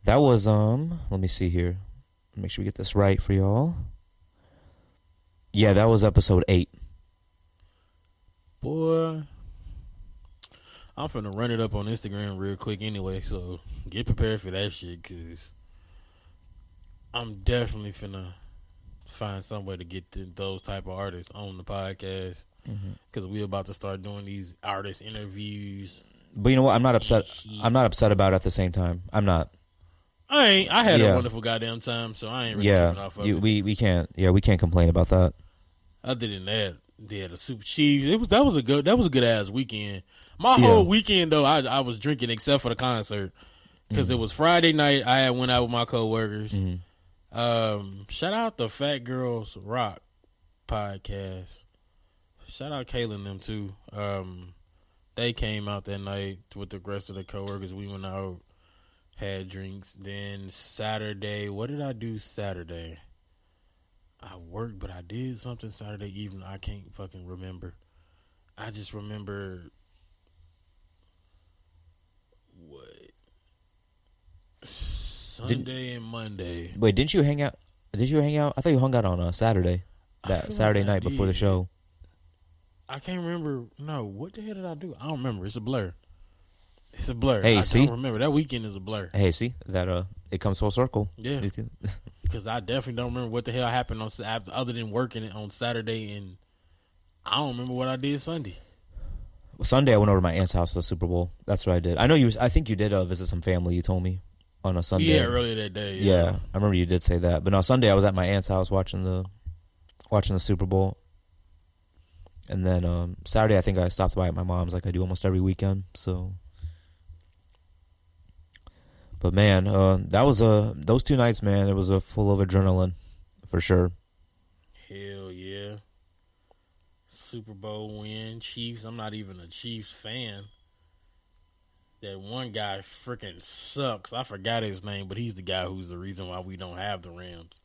Speaker 3: That was um. Let me see here. Make sure we get this right for y'all. Yeah, that was episode eight.
Speaker 2: Boy, I'm finna run it up on Instagram real quick anyway, so get prepared for that shit, cause I'm definitely finna find some way to get th- those type of artists on the podcast,
Speaker 3: Mm-hmm.
Speaker 2: cause we about to start doing these artist interviews.
Speaker 3: But you know what? I'm not upset. I'm not upset about it at the same time. I'm not.
Speaker 2: I ain't. I had a
Speaker 3: Yeah.
Speaker 2: wonderful goddamn time, so I ain't really tripping
Speaker 3: yeah,
Speaker 2: off of
Speaker 3: you-
Speaker 2: it.
Speaker 3: we we can't. Yeah, we can't complain about that.
Speaker 2: Other than that, yeah, the Super Chiefs. It was that was a good that was a good ass weekend. My
Speaker 3: Yeah.
Speaker 2: whole weekend though, I I was drinking except for the concert because it was Friday night. I had went out with my coworkers. Um, shout out the Fat Girls Rock podcast. Shout out Kayla and them too. Um, they came out that night with the rest of the coworkers. We went out, had drinks. Then Saturday, what did I do Saturday? I worked, but I did something Saturday evening. I can't fucking remember. I just remember what Sunday and Monday.
Speaker 3: Wait, didn't you hang out? Did you hang out? I thought you hung out on a Saturday.
Speaker 2: I feel
Speaker 3: That
Speaker 2: like
Speaker 3: Saturday
Speaker 2: I
Speaker 3: night before the
Speaker 2: did.
Speaker 3: show.
Speaker 2: I can't remember. No, what the hell did I do? I don't remember. It's a blur. It's a blur.
Speaker 3: Hey,
Speaker 2: I
Speaker 3: see?
Speaker 2: don't remember. That weekend is a blur.
Speaker 3: Hey, see that? Uh, it comes full circle.
Speaker 2: Yeah.
Speaker 3: You see?
Speaker 2: because I definitely don't remember what the hell happened on Sa- after, other than working it on Saturday, and I don't remember what I did Sunday.
Speaker 3: Sunday, I went over to my aunt's house for the Super Bowl. That's what I did. I know you. I think you did uh, visit some family. You told me on a Sunday.
Speaker 2: Yeah, earlier that day.
Speaker 3: Yeah. I remember you did say that. But no, Sunday I was at my aunt's house watching the watching the Super Bowl. And then um, Saturday I think I stopped by at my mom's like I do almost every weekend. So But man, uh, that was a those two nights, man, it was a full of adrenaline for sure.
Speaker 2: Hell yeah. Super Bowl win, Chiefs. I'm not even a Chiefs fan. That one guy freaking sucks. I forgot his name, but he's the guy who's the reason why we don't have the Rams.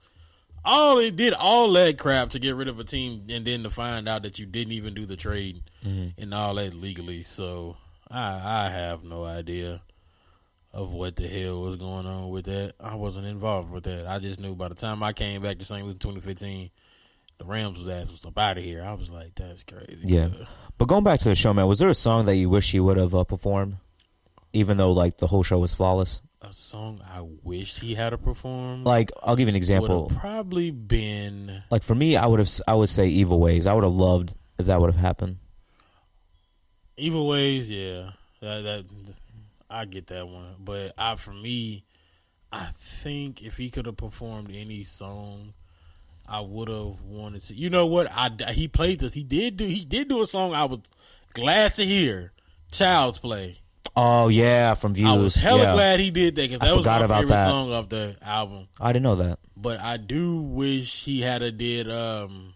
Speaker 2: All it did, all that crap to get rid of a team, and then to find out that you didn't even do the trade and all that legally. So I, I have no idea of what the hell was going on with that. I wasn't involved with that. I just knew by the time I came back to St. Louis in 2015, the Rams was ass was up out of here. I was like, that's crazy.
Speaker 3: Yeah.
Speaker 2: bro.
Speaker 3: But going back to the show, man, was there a song that you wish you would have uh, performed? Even though like the whole show was flawless.
Speaker 2: A song I wished he had to perform
Speaker 3: Like I'll give you an
Speaker 2: would
Speaker 3: example.
Speaker 2: have probably been
Speaker 3: Like for me, I would have I would say Evil Ways. I would have loved if that would have happened.
Speaker 2: Evil Ways, yeah. That, that I get that one. But I for me, I think if he could have performed any song, I would have wanted to. You know what? I he played this. He did do. He did do a song. I was glad to hear. Child's Play.
Speaker 3: Oh yeah, from Views.
Speaker 2: I was hella
Speaker 3: yeah.
Speaker 2: glad he did that because
Speaker 3: I
Speaker 2: that was my
Speaker 3: forgot about
Speaker 2: favorite
Speaker 3: that.
Speaker 2: song off the album.
Speaker 3: I didn't know that.
Speaker 2: But I do wish he had a did um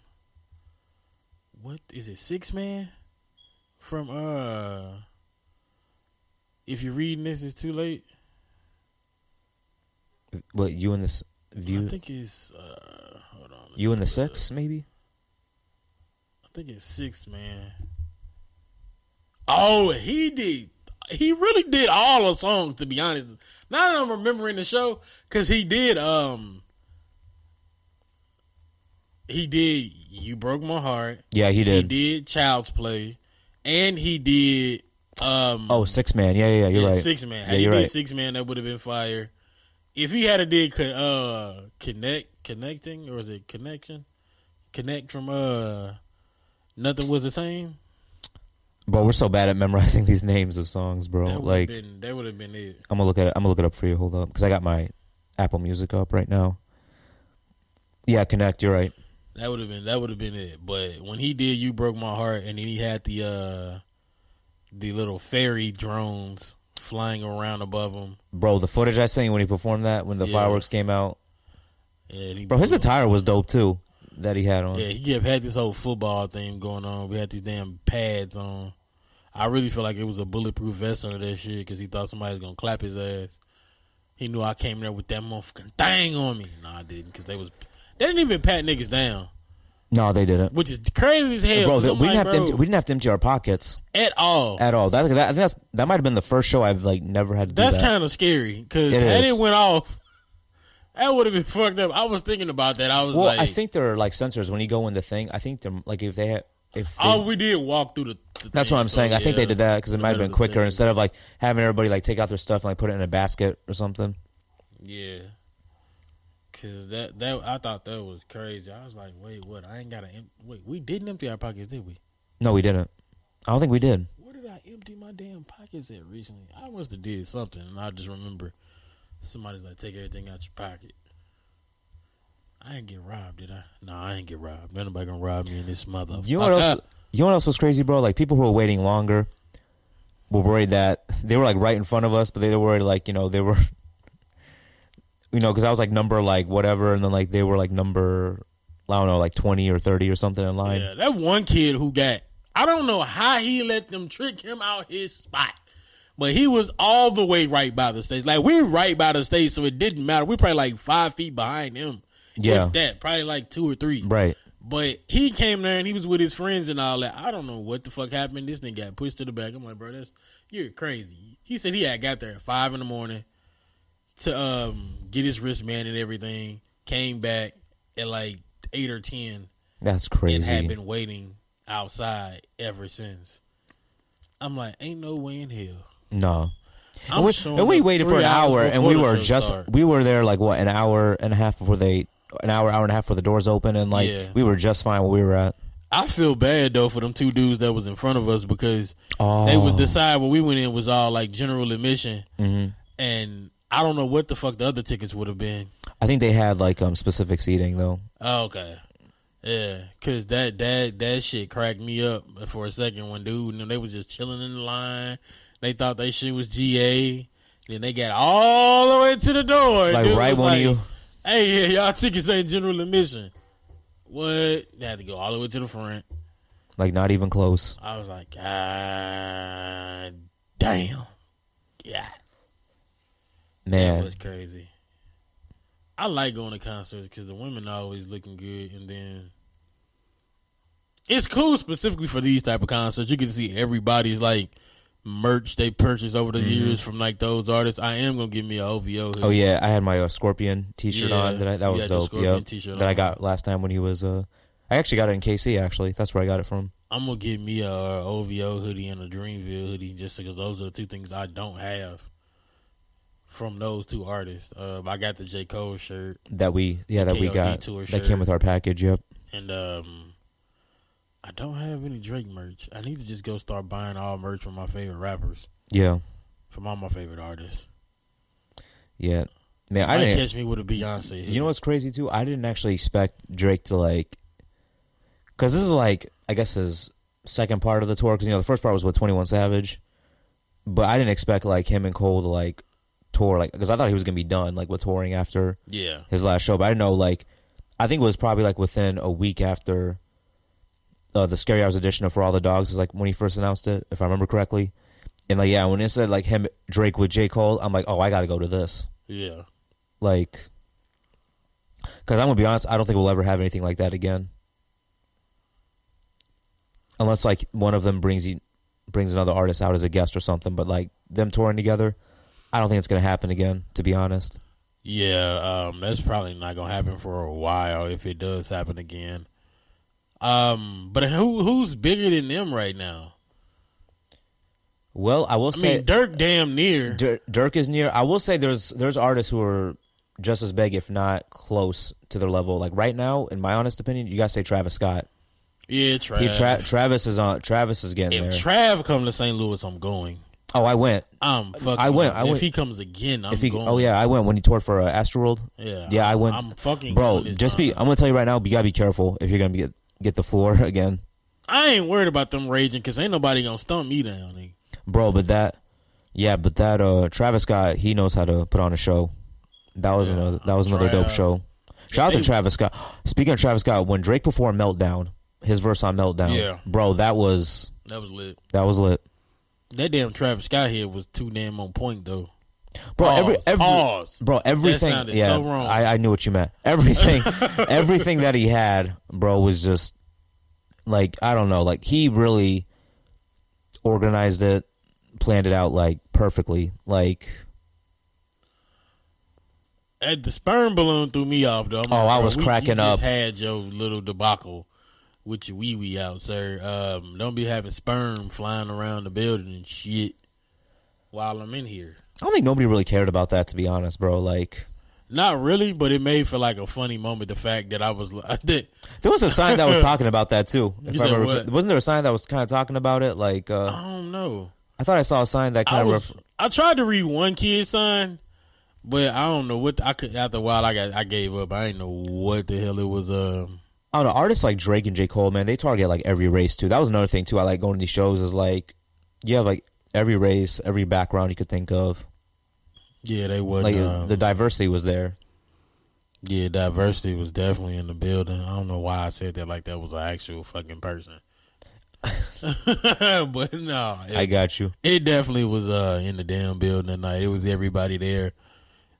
Speaker 2: what is it, six man? From uh if you're reading this it's too late.
Speaker 3: What you and this
Speaker 2: I
Speaker 3: View?
Speaker 2: think it's uh hold on.
Speaker 3: You and the Six, maybe?
Speaker 2: I think it's six man. Oh he did he really did all the songs to be honest. Now that I'm remembering the show, because he did um he did You Broke My Heart.
Speaker 3: Yeah, he
Speaker 2: He
Speaker 3: did.
Speaker 2: did Child's Play. And he did um
Speaker 3: Oh, six man. Yeah, yeah, yeah, you're
Speaker 2: yeah,
Speaker 3: right.
Speaker 2: six man. Had
Speaker 3: Yeah,
Speaker 2: he
Speaker 3: you're
Speaker 2: did
Speaker 3: right.
Speaker 2: six man, that would have been fire. If he had a did co- uh connect connecting or is it connection? Connect from uh nothing was the same.
Speaker 3: Bro, we're so bad at memorizing these names of songs, bro.
Speaker 2: That would
Speaker 3: Oh, Like,
Speaker 2: have been that would have been it.
Speaker 3: I'm gonna look at it. I'm gonna look it up for you. Hold up, because I got my Apple Music up right now. Yeah, connect. You're right.
Speaker 2: That would have been that would have been it. But when he did You Broke My Heart and then he had the uh the little fairy drones flying around above him.
Speaker 3: Bro, the footage I sent you when he performed that, when the
Speaker 2: Yeah.
Speaker 3: fireworks came out,
Speaker 2: Yeah, and he
Speaker 3: bro, his
Speaker 2: blew-
Speaker 3: attire was dope too that he had on.
Speaker 2: Yeah, he kept had this whole football thing going on. We had these damn pads on. I really feel like it was a bulletproof vest under that shit because he thought somebody was gonna clap his ass. He knew I came there with that motherfucking thing on me. No, I didn't because they was they didn't even pat niggas down,
Speaker 3: No, they didn't.
Speaker 2: which is crazy as hell.
Speaker 3: bro,
Speaker 2: 'cause
Speaker 3: th-
Speaker 2: I'm
Speaker 3: we didn't
Speaker 2: like,
Speaker 3: have to
Speaker 2: bro,
Speaker 3: empty, we didn't have to empty our pockets
Speaker 2: at all.
Speaker 3: at all. That, that, I think that's, that might have been the first show I've like never had to do
Speaker 2: That's
Speaker 3: that.
Speaker 2: kind of scary because
Speaker 3: It
Speaker 2: had
Speaker 3: is.
Speaker 2: it went off, that would have been fucked up. I was thinking about that. I was
Speaker 3: well,
Speaker 2: like,
Speaker 3: I think there are like sensors when you go in the thing. I think they're like if they had if they,
Speaker 2: all we did walk through the. the
Speaker 3: That's
Speaker 2: thing,
Speaker 3: what I'm
Speaker 2: so,
Speaker 3: saying. I think they
Speaker 2: Oh, yeah,
Speaker 3: did that because it
Speaker 2: no
Speaker 3: might have
Speaker 2: matter
Speaker 3: been
Speaker 2: the
Speaker 3: quicker
Speaker 2: thing.
Speaker 3: instead of like having everybody like take out their stuff and like put it in a basket or something.
Speaker 2: Yeah. Cause that that I thought that was crazy. I was like, wait, what? I ain't got to em- wait. We didn't empty our pockets, did we?
Speaker 3: No, we didn't. I don't think we did.
Speaker 2: Where did I empty my damn pockets at recently? I must have did something, and I just remember somebody's like, take everything out your pocket. I ain't get robbed, did I? No, I ain't get robbed. Ain't Nobody gonna rob me in this motherfucker.
Speaker 3: You know what else? You know what else was crazy, bro? Like people who were waiting longer were worried that they were like right in front of us, but they were worried like you know they were, you know, because I was like number like whatever, and then like they were like number I don't know like twenty or thirty or something in line.
Speaker 2: Yeah, that one kid who got I don't know how he let them trick him out his spot. But he was all the way right by the stage. Like we right by the stage, so it didn't matter. We probably like five feet behind him.
Speaker 3: Yeah.
Speaker 2: If that, probably like two or three.
Speaker 3: Right.
Speaker 2: But he came there and he was with his friends and all that. I don't know what the fuck happened. This nigga got pushed to the back. I'm like, bro, that's you're crazy. He said he had got there at five in the morning to um get his wristband and everything. Came back at like eight or ten
Speaker 3: That's
Speaker 2: and had
Speaker 3: crazy.
Speaker 2: been waiting outside ever since. I'm like, ain't no way in hell.
Speaker 3: No.
Speaker 2: I'm
Speaker 3: and we,
Speaker 2: showing
Speaker 3: and we
Speaker 2: up
Speaker 3: waited for
Speaker 2: three
Speaker 3: an
Speaker 2: hours
Speaker 3: hour, and
Speaker 2: before
Speaker 3: we
Speaker 2: the
Speaker 3: were
Speaker 2: show
Speaker 3: just
Speaker 2: start.
Speaker 3: we were there like what an hour and a half before they an hour hour and a half before the doors open, and like
Speaker 2: Yeah.
Speaker 3: we were just fine where we were at.
Speaker 2: I feel bad though for them two dudes that was in front of us because
Speaker 3: Oh,
Speaker 2: they would decide what we went in was all like general admission,
Speaker 3: Mhm.
Speaker 2: and I don't know what the fuck the other tickets would have been.
Speaker 3: I think they had like um specific seating though.
Speaker 2: Oh, okay. Yeah, cause that that that shit cracked me up for a second when dude, you know, they was just chilling in the line. They thought they shit was GA. Then they got all the way to the door. and
Speaker 3: Like,
Speaker 2: dude
Speaker 3: right
Speaker 2: was
Speaker 3: when you-
Speaker 2: hey, yeah, y'all tickets ain't general admission. What? They had to go all the way to the front.
Speaker 3: Like not even close.
Speaker 2: I was like, God damn, yeah, that
Speaker 3: Man,
Speaker 2: was crazy. I like going to concerts because the women are always looking good, and then it's cool specifically for these type of concerts. You can see everybody's like merch they purchased over the years from like those artists. I am gonna give me a OVO.
Speaker 3: Mm-hmm. oh yeah, I had my uh, Scorpion T-shirt
Speaker 2: Yeah,
Speaker 3: on. That I, that
Speaker 2: you
Speaker 3: was
Speaker 2: had your
Speaker 3: dope.
Speaker 2: Scorpion
Speaker 3: Yeah,
Speaker 2: t-shirt
Speaker 3: that I
Speaker 2: on.
Speaker 3: got last time when he was. uh I actually got it in KC. Actually, that's where I got it from.
Speaker 2: I'm gonna give me a, uh OVO hoodie and a Dreamville hoodie just because those are the two things I don't have from those two artists. Uh, I got the J Cole shirt.
Speaker 3: That we yeah that we
Speaker 2: KOD
Speaker 3: got
Speaker 2: tour
Speaker 3: that
Speaker 2: shirt.
Speaker 3: came with our package. Yep.
Speaker 2: And um I don't have any Drake merch. I need to just go start buying all merch from my favorite rappers,
Speaker 3: Yeah.
Speaker 2: from all my favorite artists.
Speaker 3: Yeah. Man, I
Speaker 2: I
Speaker 3: didn't
Speaker 2: didn't catch me with a Beyonce.
Speaker 3: You know what's crazy too? I didn't actually expect Drake to like, because this is like I guess his second part of the tour. Because you know the first part was with Twenty One Savage, but I didn't expect like him and Cole to like tour like because I thought he was gonna be done like with touring after
Speaker 2: Yeah,
Speaker 3: his last show. But I didn't know like I think it was probably like within a week after uh, the Scary Hours edition of For All the Dogs is like when he first announced it, if I remember correctly. And like yeah, when it said like him Drake with J Cole, I'm like oh I gotta go to this
Speaker 2: yeah.
Speaker 3: like because i'm gonna be honest i don't think we'll ever have anything like that again unless like one of them brings you brings another artist out as a guest or something. But like them touring together, I don't think it's gonna happen again. To be honest,
Speaker 2: Yeah, um, that's probably not gonna happen for a while if it does happen again. Um, but who who's bigger than them right now?
Speaker 3: well, I will
Speaker 2: I
Speaker 3: say
Speaker 2: mean, Dirk damn near.
Speaker 3: Dir- Dirk is near. I will say there's there's artists who are just as big, if not close, to their level. Like right now, in my honest opinion, you gotta say Travis Scott.
Speaker 2: Yeah, Trav.
Speaker 3: He tra- Travis is on. Travis is getting
Speaker 2: if
Speaker 3: there.
Speaker 2: Trav come to St. Louis, I'm going.
Speaker 3: oh, I went.
Speaker 2: I'm fucking.
Speaker 3: I went, I
Speaker 2: if
Speaker 3: went.
Speaker 2: he comes again, I'm
Speaker 3: If he,
Speaker 2: going.
Speaker 3: oh yeah, I went when he toured for uh, Astroworld.
Speaker 2: yeah,
Speaker 3: yeah, I
Speaker 2: I'm-
Speaker 3: went.
Speaker 2: I'm fucking
Speaker 3: bro.
Speaker 2: going this
Speaker 3: Just be.
Speaker 2: time.
Speaker 3: I'm gonna tell you right now. You gotta be careful if you're gonna be get, get the floor again,
Speaker 2: I ain't worried about them raging because ain't nobody gonna stump me down. Nigga.
Speaker 3: bro. But that, yeah, but that uh Travis Scott, he knows how to put on a show. That was another. That was another dope
Speaker 2: Trav.
Speaker 3: show. Shout out
Speaker 2: They-
Speaker 3: to Travis Scott. Speaking of Travis Scott, when Drake performed Meltdown, his verse on Meltdown,
Speaker 2: Yeah.
Speaker 3: bro, that was
Speaker 2: That was lit.
Speaker 3: that was lit,
Speaker 2: That damn Travis Scott here was too damn on point though.
Speaker 3: bro.
Speaker 2: Pause,
Speaker 3: every every
Speaker 2: pause.
Speaker 3: bro, everything.
Speaker 2: sounded
Speaker 3: yeah,
Speaker 2: so wrong.
Speaker 3: I, I knew what you meant. Everything, everything that he had, bro, was just like I don't know. Like he really organized it, planned it out like perfectly. Like
Speaker 2: At the sperm balloon threw me off though. I'm
Speaker 3: Oh, I
Speaker 2: bro,
Speaker 3: was
Speaker 2: we-
Speaker 3: cracking
Speaker 2: you
Speaker 3: up.
Speaker 2: Just had your little debacle with your wee wee out, sir. Um, don't be having sperm flying around the building and shit while I'm in here.
Speaker 3: I don't think nobody really cared about that, to be honest, bro. Like
Speaker 2: Not really, but it made for like a funny moment. The fact that I was like, that
Speaker 3: there was a sign that was talking about that too. If
Speaker 2: You
Speaker 3: I
Speaker 2: said
Speaker 3: remember,
Speaker 2: what?
Speaker 3: wasn't there a sign that was kind of talking about it? Like uh,
Speaker 2: I don't know.
Speaker 3: I thought I saw a sign that
Speaker 2: I
Speaker 3: kind of.
Speaker 2: was I tried to read one kid's sign, but I don't know what I could. After a while, I got I gave up. I didn't know what the hell it was. Um,
Speaker 3: I don't know. Artists like Drake and J. Cole, man, they target like every race too. That was another thing too. I like going to these shows is like you have like every race, every background you could think of.
Speaker 2: yeah, they wasn't.
Speaker 3: Like uh,
Speaker 2: um,
Speaker 3: the diversity was there.
Speaker 2: Yeah, diversity was definitely in the building. I don't know why I said that like that was an actual fucking person. but no, it,
Speaker 3: I got you.
Speaker 2: it definitely was uh, in the damn building tonight. It was everybody there.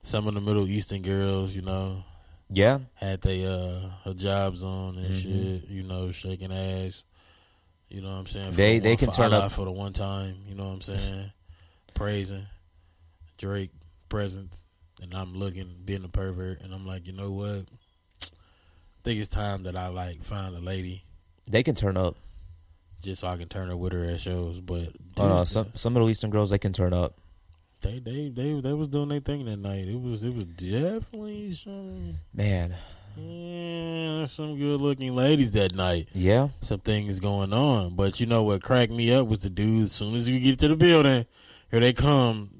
Speaker 2: Some of the Middle Eastern girls, you know,
Speaker 3: Yeah.
Speaker 2: had they uh hijabs on
Speaker 3: Mm-hmm.
Speaker 2: and shit, you know, shaking ass. You know what I'm saying? For
Speaker 3: They-
Speaker 2: the
Speaker 3: they
Speaker 2: one-
Speaker 3: can
Speaker 2: for
Speaker 3: turn
Speaker 2: Allah
Speaker 3: up-
Speaker 2: for the one time, you know what I'm saying? Praising Drake presence and I'm looking being a pervert and I'm like, "You know what? think it's time that I like find a lady
Speaker 3: They can turn up.
Speaker 2: just so I can turn her with her at shows." But
Speaker 3: I don't know.
Speaker 2: dudes,
Speaker 3: Some some Middle Eastern girls they can turn up.
Speaker 2: they, they they they was doing their thing that night. It was it was definitely some
Speaker 3: Man.
Speaker 2: yeah, some good looking ladies that night.
Speaker 3: Yeah.
Speaker 2: some things going on. But you know what cracked me up was the dude. As soon as we get to the building, here they come.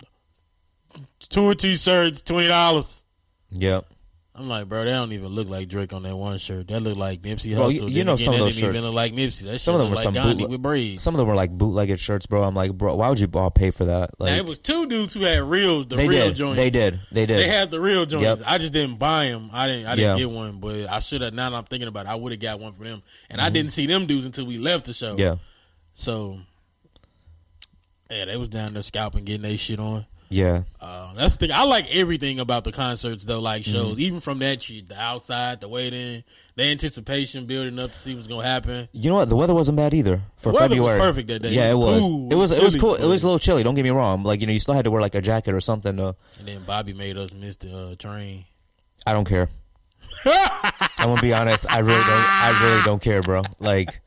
Speaker 2: Two t-shirts, twenty dollars.
Speaker 3: Yeah.
Speaker 2: I'm like, bro, they don't even look like Drake on that one shirt. That look like Nipsey
Speaker 3: Bro,
Speaker 2: Hussle.
Speaker 3: you-
Speaker 2: Then
Speaker 3: you know
Speaker 2: again,
Speaker 3: some of
Speaker 2: that
Speaker 3: those
Speaker 2: didn't
Speaker 3: shirts-
Speaker 2: even look like Nipsey. That
Speaker 3: some
Speaker 2: some
Speaker 3: of
Speaker 2: of
Speaker 3: them were
Speaker 2: like
Speaker 3: some
Speaker 2: Gandhi
Speaker 3: bootleg-
Speaker 2: with braids.
Speaker 3: Some of them were like bootlegged shirts, bro. I'm like, bro, why would you all pay for that?
Speaker 2: now,
Speaker 3: Like
Speaker 2: it was two dudes who had real the
Speaker 3: they
Speaker 2: real
Speaker 3: did.
Speaker 2: joints.
Speaker 3: They did. They did.
Speaker 2: They had the real joints.
Speaker 3: Yep.
Speaker 2: I just didn't buy them. I didn't. I didn't
Speaker 3: Yeah.
Speaker 2: get one, but I should have. Now that I'm thinking about it, I would have got one for them. And I didn't see them dudes until we left the show.
Speaker 3: Mm-hmm. yeah.
Speaker 2: So, yeah, they was down there scalping, getting their shit on.
Speaker 3: Yeah.
Speaker 2: Uh, that's the thing. I like everything about the concerts, though, like shows,
Speaker 3: Mm-hmm.
Speaker 2: even from that shit, the outside, the waiting, the anticipation building up to see what's gonna happen.
Speaker 3: You know what? The weather wasn't bad either for
Speaker 2: The weather was
Speaker 3: February.
Speaker 2: perfect that day.
Speaker 3: Yeah,
Speaker 2: It
Speaker 3: it
Speaker 2: was
Speaker 3: was.
Speaker 2: cool.
Speaker 3: It was. It was
Speaker 2: Chilly,
Speaker 3: cool. It
Speaker 2: but-
Speaker 3: was a little chilly. Don't get me wrong. Like you know, you still had to wear like a jacket or something. To,
Speaker 2: And then Bobby made us miss the uh, train.
Speaker 3: I don't care. I'm gonna be honest. I really don't. I really don't care, bro. Like,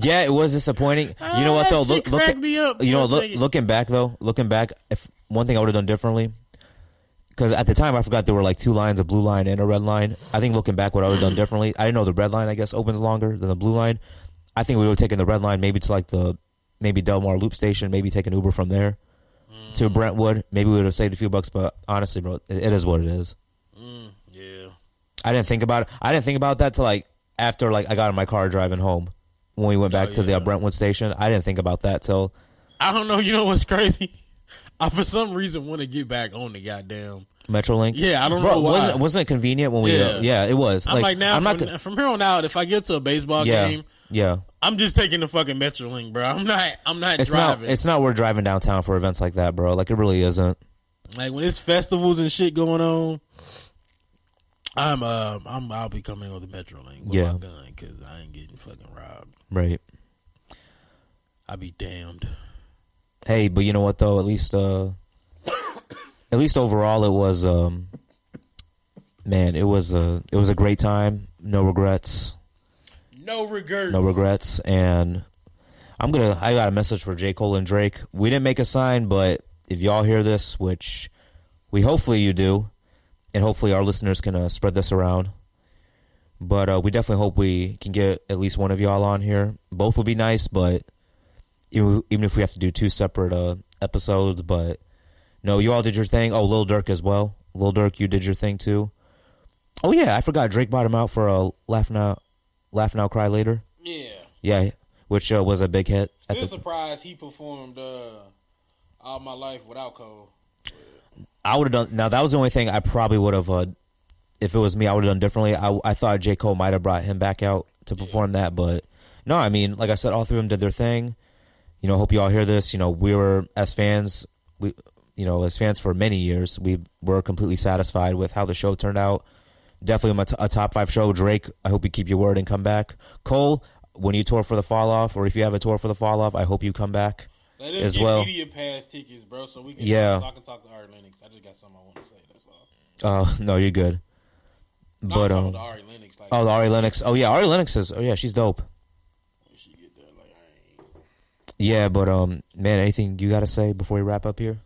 Speaker 3: yeah, it was disappointing. You know what though?
Speaker 2: Ah, shit cracked me up
Speaker 3: you know,
Speaker 2: for a
Speaker 3: look,
Speaker 2: second.
Speaker 3: looking back though, looking back, if one thing I would have done differently, because at the time I forgot there were like two lines, a blue line and a red line. I think looking back, what I would have done differently, I didn't know the red line. I guess opens longer than the blue line. I think we would have taken the red line maybe to like the maybe Delmar Loop Station, maybe take an Uber from there to
Speaker 2: Mm.
Speaker 3: Brentwood. Maybe we would have saved a few bucks, but honestly, bro, it, it is what it is.
Speaker 2: Yeah,
Speaker 3: I didn't think about it. I didn't think about that till like after like I got in my car driving home when we went back
Speaker 2: Oh,
Speaker 3: to the uh, Brentwood station. I didn't think about that till
Speaker 2: I don't know. You know what's crazy? I for some reason want to get back on the goddamn.
Speaker 3: MetroLink.
Speaker 2: Yeah, I don't
Speaker 3: Bro,
Speaker 2: know why.
Speaker 3: Wasn't wasn't it convenient when we? Yeah,
Speaker 2: Yeah.
Speaker 3: yeah it was.
Speaker 2: I'm like, now
Speaker 3: I'm not.
Speaker 2: from,
Speaker 3: con-
Speaker 2: from here on out, if I get to a baseball
Speaker 3: yeah,
Speaker 2: game,
Speaker 3: yeah.
Speaker 2: I'm just taking the fucking MetroLink, bro. I'm not. I'm not
Speaker 3: It's
Speaker 2: driving.
Speaker 3: not. It's not worth driving downtown for events like that, bro. Like it really isn't.
Speaker 2: like when it's festivals and shit going on. I'm uh I'm I'll be coming on the Metrolink with
Speaker 3: Yeah.
Speaker 2: my gun because I ain't getting fucking robbed.
Speaker 3: Right.
Speaker 2: I be damned.
Speaker 3: Hey, but you know what though? At least, uh, at least overall, it was, um, man, it was a it was a great time. No regrets.
Speaker 2: No regrets.
Speaker 3: No regrets. And I'm gonna. I got a message for J Cole and Drake. We didn't make a sign, but if y'all hear this, which we hopefully you do, and hopefully our listeners can uh, spread this around. But uh, we definitely hope we can get at least one of y'all on here. Both would be nice, but even even if we have to do two separate uh, episodes, but no, you all did your thing. Oh, Lil Durk as well. Lil Durk, you did your thing too. Oh yeah, I forgot Drake bought him out for a laugh now, laugh now, cry later.
Speaker 2: Yeah.
Speaker 3: Yeah, which uh, was a big hit. At
Speaker 2: Still
Speaker 3: the,
Speaker 2: surprised he performed uh, all my life without Cole.
Speaker 3: I would have done. Now that was the only thing I probably would have. Uh, if it was me, I would have done differently. I I thought J Cole might have brought him back out to perform that, but no. I mean, like I said, all three of them did their thing. You know, hope you all hear this. You know, we were as fans, we you know as fans for many years, we were completely satisfied with how the show turned out. Definitely a, t- a top five show. Drake, I hope you keep your word and come back. Cole, when you tour for the fall off, or if you have a tour for the fall off, I hope you come back.
Speaker 2: Let him
Speaker 3: As
Speaker 2: get
Speaker 3: well.
Speaker 2: media pass tickets, bro, so we can
Speaker 3: Yeah.
Speaker 2: so I can talk to Ari Lennox. I just got something I want to say. That's all.
Speaker 3: Uh, no, you're good.
Speaker 2: No, I'm
Speaker 3: But
Speaker 2: talking
Speaker 3: um,
Speaker 2: to Ari Lennox. Like,
Speaker 3: Oh, the Ari Lennox. Oh yeah, Ari Lennox is. Oh yeah, she's dope.
Speaker 2: when she get there, like, I ain't-
Speaker 3: Yeah, but um, man, anything you gotta say before we wrap up here?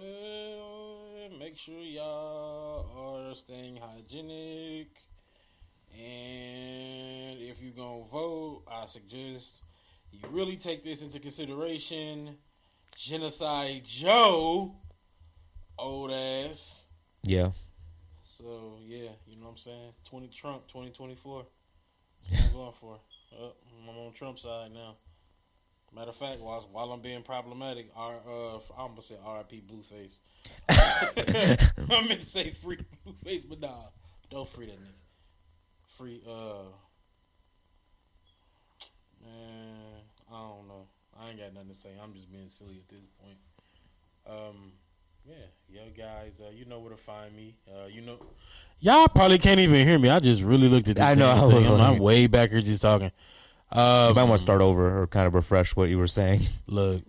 Speaker 2: Uh, make sure y'all are staying hygienic. And if you going to vote, I suggest you really take this into consideration. Genocide Joe, old ass.
Speaker 3: Yeah,
Speaker 2: So, yeah, you know what I'm saying? 20 Trump, 2024. That's what I'm going for. Uh, I'm on Trump's side now. Matter of fact, while, while I'm being problematic, R, uh, I'm going to say RIP Blueface. I meant to say free Blueface, but nah, don't free that nigga. Free, uh, man, I don't know. I ain't got nothing to say. I'm just being silly at this point. Um, yeah, yo guys, uh, you know where to find me. Uh, you know, y'all probably can't even hear me. I just really looked at. This
Speaker 3: I know,
Speaker 2: damn
Speaker 3: I
Speaker 2: thing.
Speaker 3: was
Speaker 2: I'm, I'm
Speaker 3: like-
Speaker 2: way back here just talking.
Speaker 3: you might
Speaker 2: Um,
Speaker 3: want to start over or kind of refresh what you were saying.
Speaker 2: look,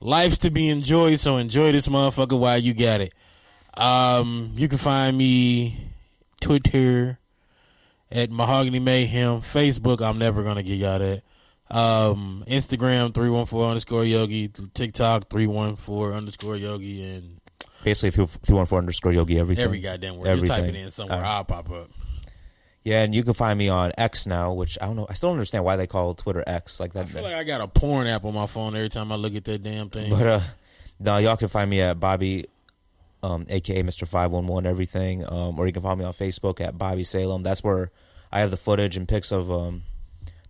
Speaker 2: life's to be enjoyed, so enjoy this motherfucker while you got it. Um, you can find me Twitter at Mahogany Mayhem, Facebook. I'm never gonna get y'all that. Um, Instagram three one four underscore Yogi, TikTok three one four underscore Yogi, and
Speaker 3: Basically, through through one four underscore Yogi everything.
Speaker 2: every goddamn word. Just type it
Speaker 3: Everything.
Speaker 2: in somewhere.
Speaker 3: Alright.
Speaker 2: I'll pop up.
Speaker 3: Yeah, and you can find me on X now, which I don't know. I still don't understand why they call Twitter X like that.
Speaker 2: I feel like I got a porn app on my phone every time I look at that damn thing.
Speaker 3: But uh, no, y'all can find me at Bobby, um, aka Mister Five One One Everything, um, or you can find me on Facebook at Bobby Salem. That's where I have the footage and pics of um,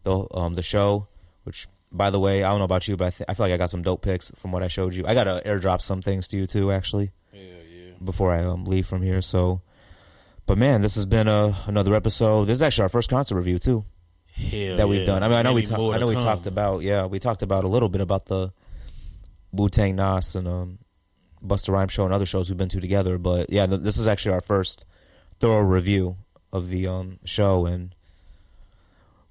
Speaker 3: the um, the show. Which, by the way, I don't know about you, but I, th- I feel like I got some dope pics from what I showed you. I gotta airdrop some things to you too, actually,
Speaker 2: yeah, yeah.
Speaker 3: before I um, leave from here. So, but man, this has been uh, another episode. This is actually our first concert review too
Speaker 2: Hell
Speaker 3: that we've
Speaker 2: yeah.
Speaker 3: done. I mean, I know we
Speaker 2: Many
Speaker 3: ta-
Speaker 2: more
Speaker 3: I
Speaker 2: to
Speaker 3: know we
Speaker 2: come.
Speaker 3: talked about yeah, we talked about a little bit about the Wu Tang Nas and um, Busta Rhymes show and other shows we've been to together. But yeah, th- this is actually our first thorough review of the um, show. And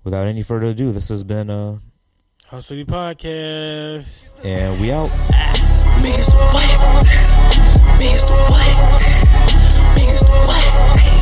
Speaker 3: without any further ado, this has been uh,
Speaker 2: Hot City Podcast.
Speaker 3: and we out.
Speaker 4: Biggest what? Biggest what? Biggest what?